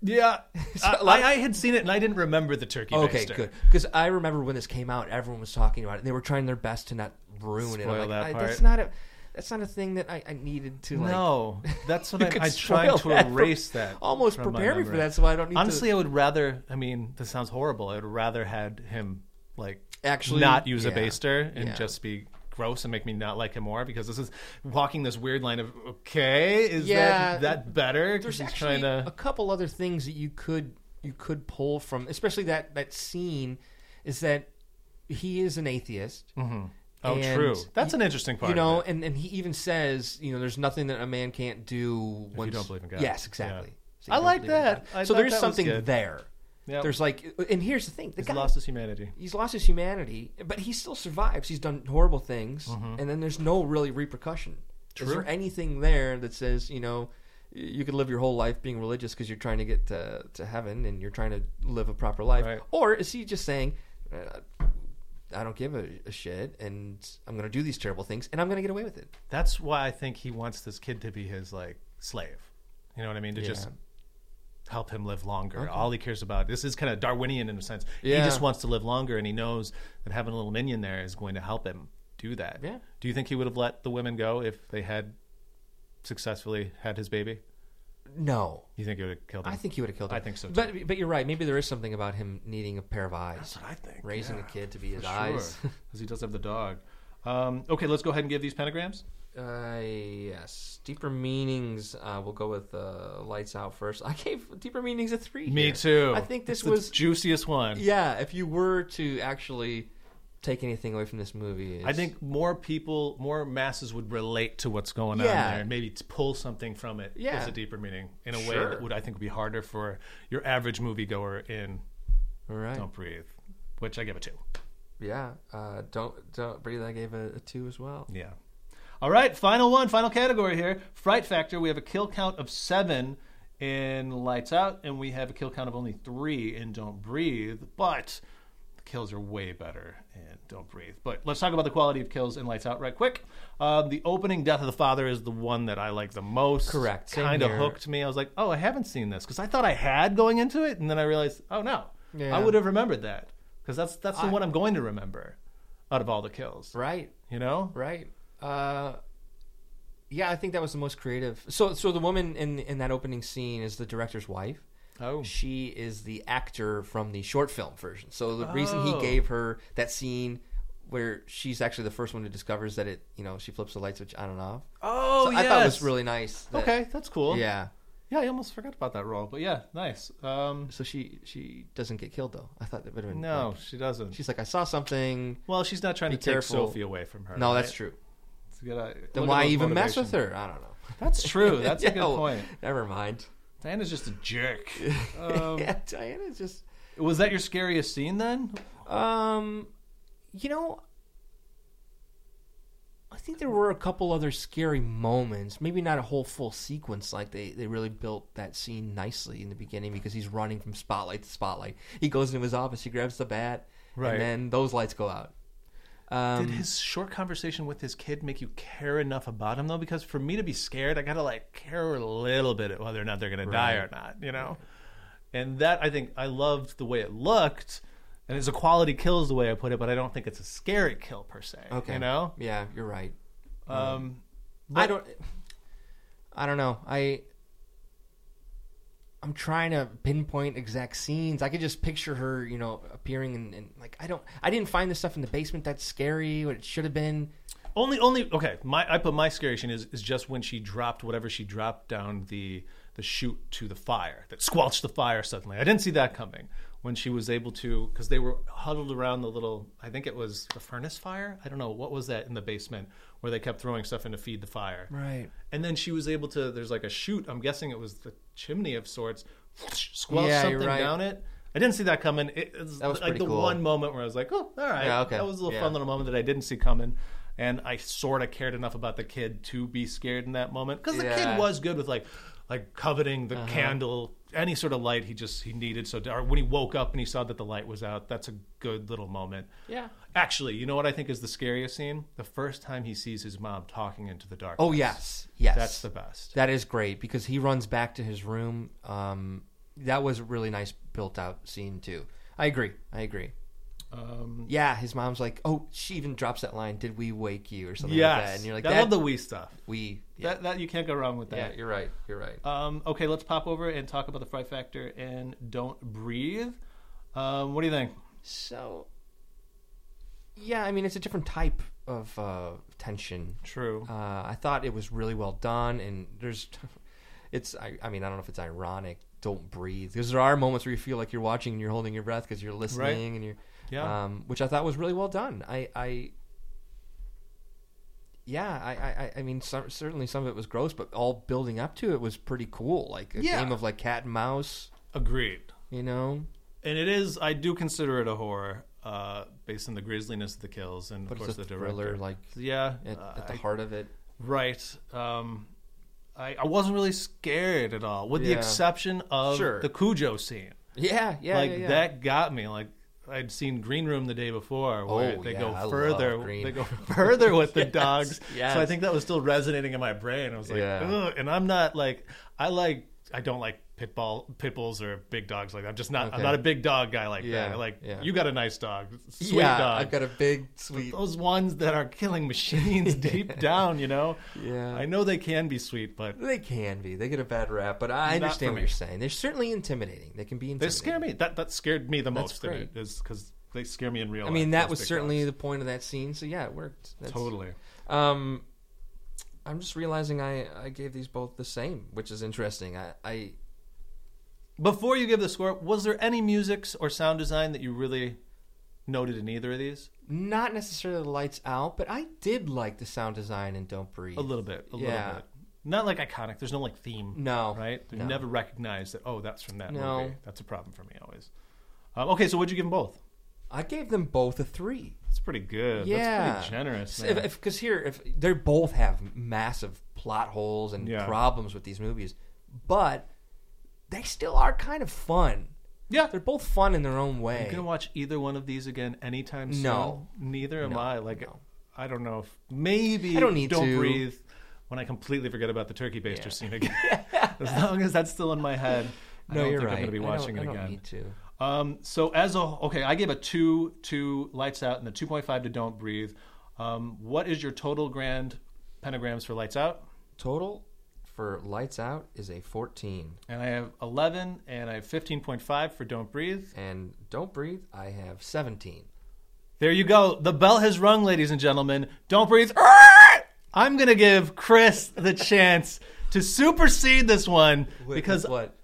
S1: yeah,
S2: So,
S1: I,
S2: like-
S1: I had seen it and I didn't remember the turkey.
S2: Okay,
S1: baster.
S2: good. Because I remember when this came out, everyone was talking about it. They were trying their best to not ruin it. I'm
S1: Spoil
S2: like,
S1: that
S2: I-
S1: part.
S2: That's not a. That's not a thing that I, I needed to like.
S1: no, that's what
S2: You
S1: I,
S2: could
S1: I tried
S2: spoil
S1: to
S2: that for-
S1: erase that.
S2: almost
S1: from my
S2: prepare me for
S1: memory.
S2: that, so I don't need
S1: Honestly, I would rather. I mean, this sounds horrible. I would rather had him like
S2: to actually
S1: not use a
S2: yeah.
S1: baster and
S2: Yeah.
S1: just be gross and make me not like him more because this is walking this weird line of okay is
S2: Yeah.
S1: that that better 'Cause
S2: There's
S1: he's
S2: actually
S1: trying to
S2: a couple other things that you could you could pull from, especially that that scene, is that he is an atheist.
S1: oh
S2: and
S1: true that's
S2: y-
S1: an interesting part
S2: you
S1: of
S2: know,
S1: it.
S2: and and he even says, you know, there's nothing that a man can't do once
S1: don't believe in God.
S2: Yes, exactly.
S1: Yeah.
S2: So you
S1: I
S2: don't
S1: like
S2: believe in
S1: that.
S2: God.
S1: I
S2: so
S1: thought
S2: there's
S1: that was
S2: something
S1: good.
S2: there.
S1: Yep.
S2: There's like, and here's the thing: the
S1: he's
S2: guy
S1: lost his humanity
S2: he's lost his humanity, but he still survives. He's done horrible things, and then there's no really repercussion. Is
S1: Mm-hmm. True.
S2: there anything there that says you know you could live your whole life being religious because you're trying to get to, to heaven and you're trying to live a proper life,
S1: Right.
S2: or is he just saying? Uh, I don't give a, a shit, and I'm gonna do these terrible things, and I'm gonna get away with it.
S1: that's why I think he wants this kid to be his like slave. You know what I mean? To just
S2: Yeah.
S1: help him live longer. All he cares about this is kind of Darwinian in a sense. He
S2: Yeah.
S1: just wants to live longer, and he knows that having a little minion there is going to help him do that.
S2: Yeah.
S1: Do you think he would have let the women go if they had successfully had his baby?
S2: No,
S1: You think he would have killed them?
S2: I think he would have killed him.
S1: Mm. I think so, too.
S2: But but you're right. Maybe there is something about him needing a pair of eyes,
S1: what I think.
S2: raising a kid to be his
S1: Sure,
S2: eyes.
S1: because he does have the dog. Um, okay, let's go ahead and give these pentagrams.
S2: Uh, yes. Deeper meanings. Uh, we'll go with uh, lights out first. I gave deeper meanings a three.
S1: Me
S2: here.
S1: too.
S2: I think this
S1: It's the
S2: was.
S1: juiciest one.
S2: Yeah, if you were to actually take anything away from this movie,
S1: I
S2: it's-
S1: think more people, more masses would relate to what's going on
S2: Yeah.
S1: there and maybe t- pull something from it
S2: Yeah.
S1: as a deeper meaning in a way
S2: Sure.
S1: that would, I think, would be harder for your average moviegoer in
S2: All right.
S1: Don't Breathe, which I give a two.
S2: Yeah. Uh, don't don't breathe. I gave a, a two as well.
S1: Yeah. All right, final one, final category here Fright Factor. We have a kill count of seven in Lights Out, and we have a kill count of only three in Don't Breathe, but the kills are way better in Don't Breathe. But let's talk about the quality of kills in Lights Out right quick. Um, the opening Death of the Father is the one that I like the most.
S2: Correct. Same
S1: Kind of
S2: here.
S1: hooked me. I was like, oh, I haven't seen this because I thought I had going into it, and then I realized, oh no,
S2: Yeah.
S1: I would have remembered that because that's that's the
S2: I-
S1: one I'm going to remember out of all the kills.
S2: Right.
S1: You know,
S2: Right. Uh, yeah, I think that was the most creative. So so the woman in in that opening scene is the director's wife.
S1: Oh.
S2: She is the actor from the short film version. So the reason he
S1: Oh.
S2: gave her that scene where she's actually the first one who discovers that it, you know, she flips the light switch on and off.
S1: Oh,
S2: so I thought it was really nice. that-
S1: okay. That's cool. Yeah,
S2: Yeah.
S1: yeah. I almost forgot about that role, but yeah, nice. Um,
S2: So she she doesn't get killed though. I thought that would have been
S1: no,
S2: like-
S1: she doesn't.
S2: she's like I saw something.
S1: well, she's not trying to
S2: Be
S1: take
S2: careful.
S1: Sophie away from her.
S2: No, that's
S1: right?
S2: true.
S1: It's a good, uh,
S2: Then
S1: look at
S2: why
S1: those
S2: even mess with
S1: motivations.
S2: her? I don't know.
S1: That's true. That's a
S2: No,
S1: good point.
S2: Never mind.
S1: Diana's just a jerk. Um,
S2: yeah, Diana's just
S1: Was that your scariest scene then?
S2: Um, you know, I think there were a couple other scary moments. Maybe not a whole full sequence. Like they, they really built that scene nicely in the beginning because he's running from spotlight to spotlight. He goes into his office, he grabs the bat,
S1: Right.
S2: and then those lights go out.
S1: Did
S2: Um,
S1: his short conversation with his kid make you care enough about him though? Because for me to be scared, I gotta like care a little bit at whether or not they're gonna die or not, you know. And that I think I loved the way it looked, and it's a quality kill is the way I put it, but I don't think it's a scary kill per se.
S2: okay,
S1: you know.
S2: yeah, you're right.
S1: Um,
S2: I don't. I don't know. I. I'm trying to pinpoint exact scenes. I could just picture her, you know, appearing and, and like I don't. I didn't find the stuff in the basement that's scary. What it should have been.
S1: Only, only okay. My I put my scary scene is, is just when she dropped whatever she dropped down the the chute to the fire that squelched the fire suddenly. I didn't see that coming when she was able to because they were huddled around the little. I think it was the furnace fire. I don't know what was that in the basement where they kept throwing stuff in to feed the fire.
S2: Right.
S1: And then she was able to. There's like a chute. I'm guessing it was the chimney of sorts. Squelch
S2: Yeah, you're
S1: something
S2: right.
S1: down it. I didn't see that coming. It, it's
S2: That was
S1: like
S2: pretty
S1: the
S2: cool.
S1: one moment where I was like, oh, all right.
S2: Yeah, okay.
S1: That was a little
S2: Yeah.
S1: fun little moment that I didn't see coming. And I sort of cared enough about the kid to be scared in that moment because the
S2: Yeah. Uh-huh.
S1: kid was good with like, like coveting the candle, any sort of light he just he needed. So or when he woke up and he saw that the light was out, that's a good little moment.
S2: Yeah.
S1: Actually, you know what I think is the scariest scene? The first time he sees his mom talking into the dark.
S2: Oh yes, yes.
S1: that's the best.
S2: That is great because he runs back to his room. Um, that was a really nice built out scene too. I agree. I agree.
S1: Um,
S2: Yeah, his mom's like, oh, she even drops that line. Did we wake you or something like that?
S1: yes,
S2: And you're like,
S1: I
S2: that,
S1: love the we stuff.
S2: we.
S1: That that you can't go wrong with that.
S2: you're right. You're right.
S1: Um, okay, let's pop over and talk about the Fright Factor and Don't Breathe. Um, what do you think?
S2: So yeah, I mean, it's a different type of uh, tension.
S1: True.
S2: Uh, I thought it was really well done, and there's, it's. I, I mean, I don't know if it's ironic. Don't breathe because there are moments where you feel like you're watching and you're holding your breath because you're listening and you're,
S1: Yeah.
S2: um, which I thought was really well done. I, I yeah, I, I- I, I mean, some, certainly some of it was gross, but all building up to it was pretty cool. Like a
S1: Yeah.
S2: game of like cat and mouse,
S1: Agreed.
S2: you know.
S1: And it is. I do consider it a horror, uh, based on the grisliness of the kills and of
S2: But
S1: course
S2: it's a
S1: the
S2: thriller,
S1: director.
S2: like
S1: yeah.
S2: at,
S1: uh,
S2: at the
S1: I-
S2: heart of it.
S1: Right. Um, I, I wasn't really scared at all, with the
S2: Yeah.
S1: exception of
S2: Sure.
S1: the Cujo scene.
S2: Yeah, yeah,
S1: like
S2: yeah, yeah.
S1: that got me. Like I'd seen Green Room the day before, where
S2: Oh,
S1: they
S2: yeah,
S1: go
S2: I love
S1: further.
S2: Green
S1: They go further with the
S2: Yes,
S1: dogs.
S2: yes.
S1: So I think that was still resonating in my brain. I was like,
S2: Yeah.
S1: Ugh. and I'm not like I like I don't like pit ball, pit bulls or big dogs like that. I'm just not. I'm
S2: Okay.
S1: not a big dog guy like
S2: Yeah,
S1: that. I Like
S2: yeah.
S1: you got a nice dog, sweet
S2: yeah,
S1: dog.
S2: I've got a big sweet.
S1: those ones that are killing machines deep down, you know.
S2: Yeah.
S1: I know they can be sweet, but
S2: They can be. They get a bad rap, but I
S1: Not for
S2: understand
S1: me.
S2: what you're saying. They're certainly intimidating. They can be
S1: they
S2: intimidating.
S1: scare me. That that scared me the most. in
S2: great.
S1: it, Is because they scare me in real.
S2: I
S1: life,
S2: mean, that
S1: those
S2: was
S1: big
S2: certainly
S1: dogs.
S2: the point of that scene. So yeah, it worked. That's,
S1: totally.
S2: Um, I'm just realizing I I gave these both the same, which is interesting. I I
S1: Before you give the score, was there any music or sound design that you really noted in either of these?
S2: not necessarily the lights out, but I did like the sound design in Don't Breathe.
S1: A little bit, a little
S2: Yeah.
S1: bit. Not like iconic. There's no like theme.
S2: No,
S1: right? You
S2: no.
S1: never recognize that. Oh, that's from that
S2: No.
S1: movie. That's a problem for me always. Um, okay, so what'd you give them both?
S2: I gave them both a three.
S1: That's pretty good.
S2: Yeah,
S1: that's pretty generous. man.
S2: Because here, if they both have massive plot holes and
S1: Yeah.
S2: problems with these movies, but they still are kind of fun.
S1: yeah,
S2: They're both fun in their own way.
S1: You gonna watch either one of these again anytime soon?
S2: No.
S1: neither am
S2: No,
S1: I. Like,
S2: no.
S1: I don't know if maybe
S2: I don't need to.
S1: breathe when I completely forget about the turkey baster
S2: Yeah.
S1: scene again. as long as that's still in my head, I
S2: no,
S1: don't
S2: you're
S1: think
S2: right.
S1: I'm gonna be
S2: I don't-
S1: watching
S2: I
S1: it
S2: don't
S1: again.
S2: need to.
S1: Um, so as a okay, I gave a two to Lights Out and a two point five to Don't Breathe. Um, what is your total grand pentagrams for Lights Out?
S2: Total for Lights Out is a 14.
S1: And I have eleven, and I have fifteen point five for Don't Breathe.
S2: And Don't Breathe, I have 17.
S1: There you go. The bell has rung, ladies and gentlemen. Don't breathe. I'm going to give Chris the chance to supersede this one because
S2: what?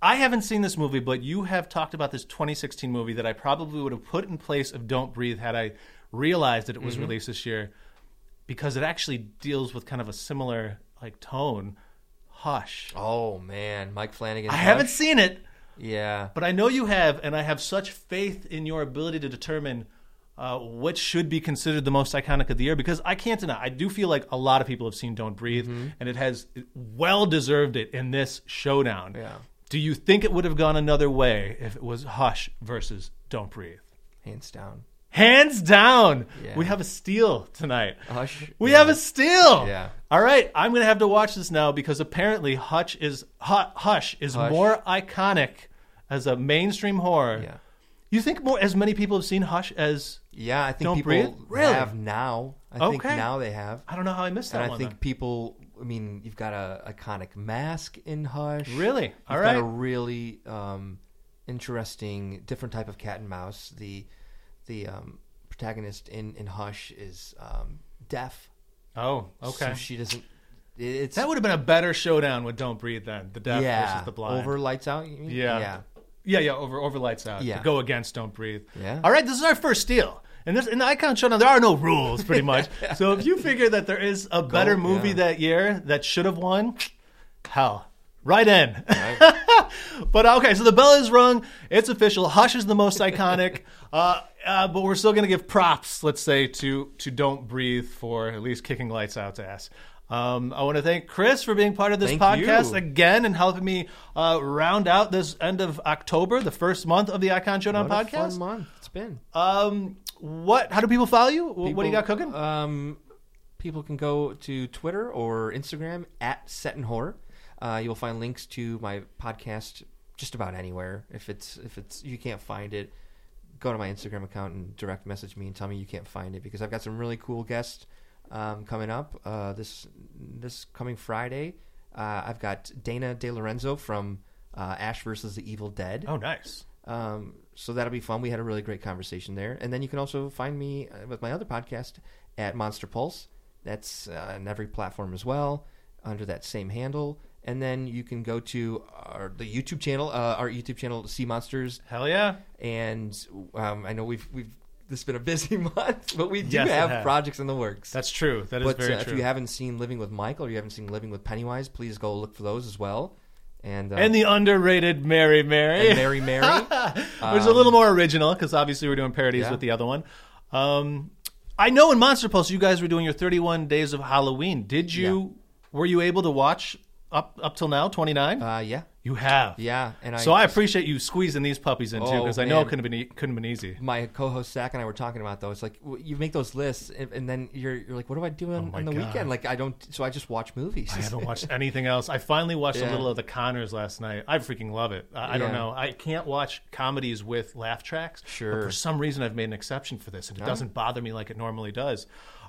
S1: I haven't seen this movie, but you have talked about this 2016 movie that I probably would have put in place of Don't Breathe had I realized that it
S2: Mm-hmm.
S1: was released this year because it actually deals with kind of a similar like tone. Hush.
S2: Oh, man. Mike Flanagan.
S1: I haven't seen it,
S2: Yeah.
S1: but I know you have, and I have such faith in your ability to determine uh, what should be considered the most iconic of the year because I can't deny. I do feel like a lot of people have seen Don't Breathe,
S2: Mm-hmm.
S1: and it has well deserved it in this showdown.
S2: Yeah.
S1: Do you think it would have gone another way if it was Hush versus Don't Breathe?
S2: Hands down.
S1: Hands down,
S2: Yeah.
S1: we have a steal tonight.
S2: Hush.
S1: We
S2: yeah.
S1: have a steal.
S2: Yeah.
S1: All right, I'm gonna have to watch this now because apparently Hutch is Hu- Hush is
S2: Hush.
S1: more iconic as a mainstream horror.
S2: Yeah.
S1: You think more as many people have seen Hush as
S2: Yeah, I think
S1: Don't
S2: people
S1: Breathe? Really?
S2: have now. I think
S1: Okay.
S2: now they have.
S1: I don't know how I missed that
S2: And I
S1: one.
S2: think people, I mean, you've got a iconic mask in Hush.
S1: then. really. All
S2: You've
S1: right.
S2: got a really um, interesting, different type of cat and mouse. The the um, protagonist in, in Hush is um, deaf.
S1: Oh, okay.
S2: So she doesn't. it- It's
S1: that would have been a better showdown with Don't Breathe then. The deaf
S2: yeah,
S1: versus the blind.
S2: over lights out. You mean?
S1: Yeah.
S2: yeah,
S1: Yeah, yeah, over over lights out.
S2: Yeah.
S1: To go against don't breathe.
S2: Yeah.
S1: All right, this is our first steal. And this in the icon showdown, there are no rules pretty much. so if you figure that there is a better movie
S2: yeah.
S1: that year that should have won, hell. Right in.
S2: Right.
S1: but uh, okay, so the bell is rung. It's official. Hush is the most iconic. uh, uh, but we're still going to give props, let's say, to to Don't Breathe for at least kicking lights out's ass. Um, I want to thank Chris for being part of this
S2: Thank
S1: podcast
S2: you.
S1: again and helping me uh, round out this end of October, the first month of the Icon Showdown
S2: What a
S1: podcast.
S2: fun month it's been.
S1: Um, what? How do people follow you? Wh- what do you got
S2: People-
S1: cooking?
S2: Um, people can go to Twitter or Instagram at Set and Horror. Uh, you'll find links to my podcast just about anywhere. If it's if it's you can't find it, go to my Instagram account and direct message me and tell me you can't find it because I've got some really cool guests um, coming up uh, this this coming Friday. Uh, I've got Dana De Lorenzo from uh, Ash versus the Evil Dead.
S1: oh, nice.
S2: Um, so that'll be fun. We had a really great conversation there. And then you can also find me uh, with my other podcast at Monster Pulse. That's uh, on every platform as well under that same handle. And then you can go to our, the YouTube channel, uh, our YouTube channel, Sea Monsters.
S1: Hell yeah.
S2: And um, I know we've we've this has been a busy month, but we do
S1: Yes, it
S2: have
S1: has.
S2: projects in the works.
S1: That's true. That is
S2: but
S1: very
S2: uh,
S1: true.
S2: if you haven't seen Living with Michael or you haven't seen Living with Pennywise, please go look for those as well. And uh,
S1: and the underrated Mary Mary.
S2: and Mary Mary.
S1: which is a little more original because obviously we're doing parodies
S2: Yeah.
S1: with the other one. Um, I know in Monster Pulse you guys were doing your 31 days of Halloween. Did you? Were you able to watch up up till now 29?
S2: Uh, yeah,
S1: you have,
S2: yeah. And I
S1: so I appreciate you squeezing these puppies in too
S2: Oh,
S1: because I know
S2: man.
S1: it couldn't have been e- couldn't have been easy.
S2: my co-host Zach and I were talking about though. It's like w- you make those lists, and, and then you're you're like, what do I do on,
S1: Oh my
S2: on the
S1: God.
S2: weekend? Like I don't. So I just watch movies.
S1: I haven't watched anything else. I finally watched a
S2: Yeah.
S1: little of The Connors last night. I freaking love it. I, I don't
S2: Yeah.
S1: know. I can't watch comedies with laugh tracks.
S2: Sure.
S1: But for some reason, I've made an exception for this, and it doesn't bother me like it normally does.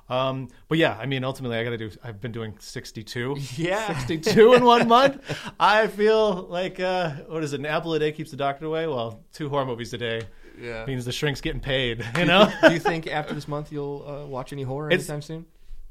S1: Um, but yeah, I mean, ultimately, I got to do. I've been doing sixty-two.
S2: Yeah.
S1: sixty-two in one month. I feel like uh, what is it? An apple a day keeps the doctor away. Well, two horror movies a day
S2: Yeah.
S1: means the shrink's getting paid. You know.
S2: do you think after this month you'll uh, watch any horror
S1: It's-
S2: anytime soon?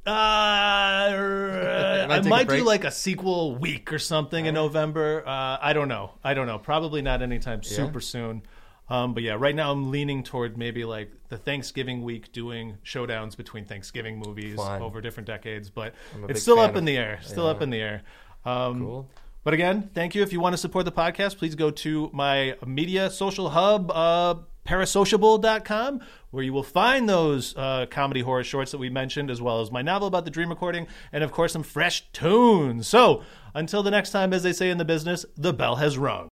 S1: Uh, I
S2: take a
S1: Uh, might do
S2: break? Oh.
S1: like a sequel week or something in November. Uh, I don't know. I don't know. Probably not anytime super soon. Um, but yeah, right now I'm leaning toward maybe like the Thanksgiving week doing showdowns between Thanksgiving movies
S2: Fun.
S1: over different decades. But
S2: a big
S1: it's still
S2: fan
S1: up
S2: of-
S1: in the air. Still
S2: Yeah.
S1: up in the air. Um,
S2: Cool.
S1: But again, thank you. If you want to support the podcast, please go to my media social hub, uh, parasociable.com, where you will find those uh, comedy horror shorts that we mentioned, as well as my novel about the dream recording, and of course, some fresh tunes. So until the next time, as they say in the business, the bell has rung.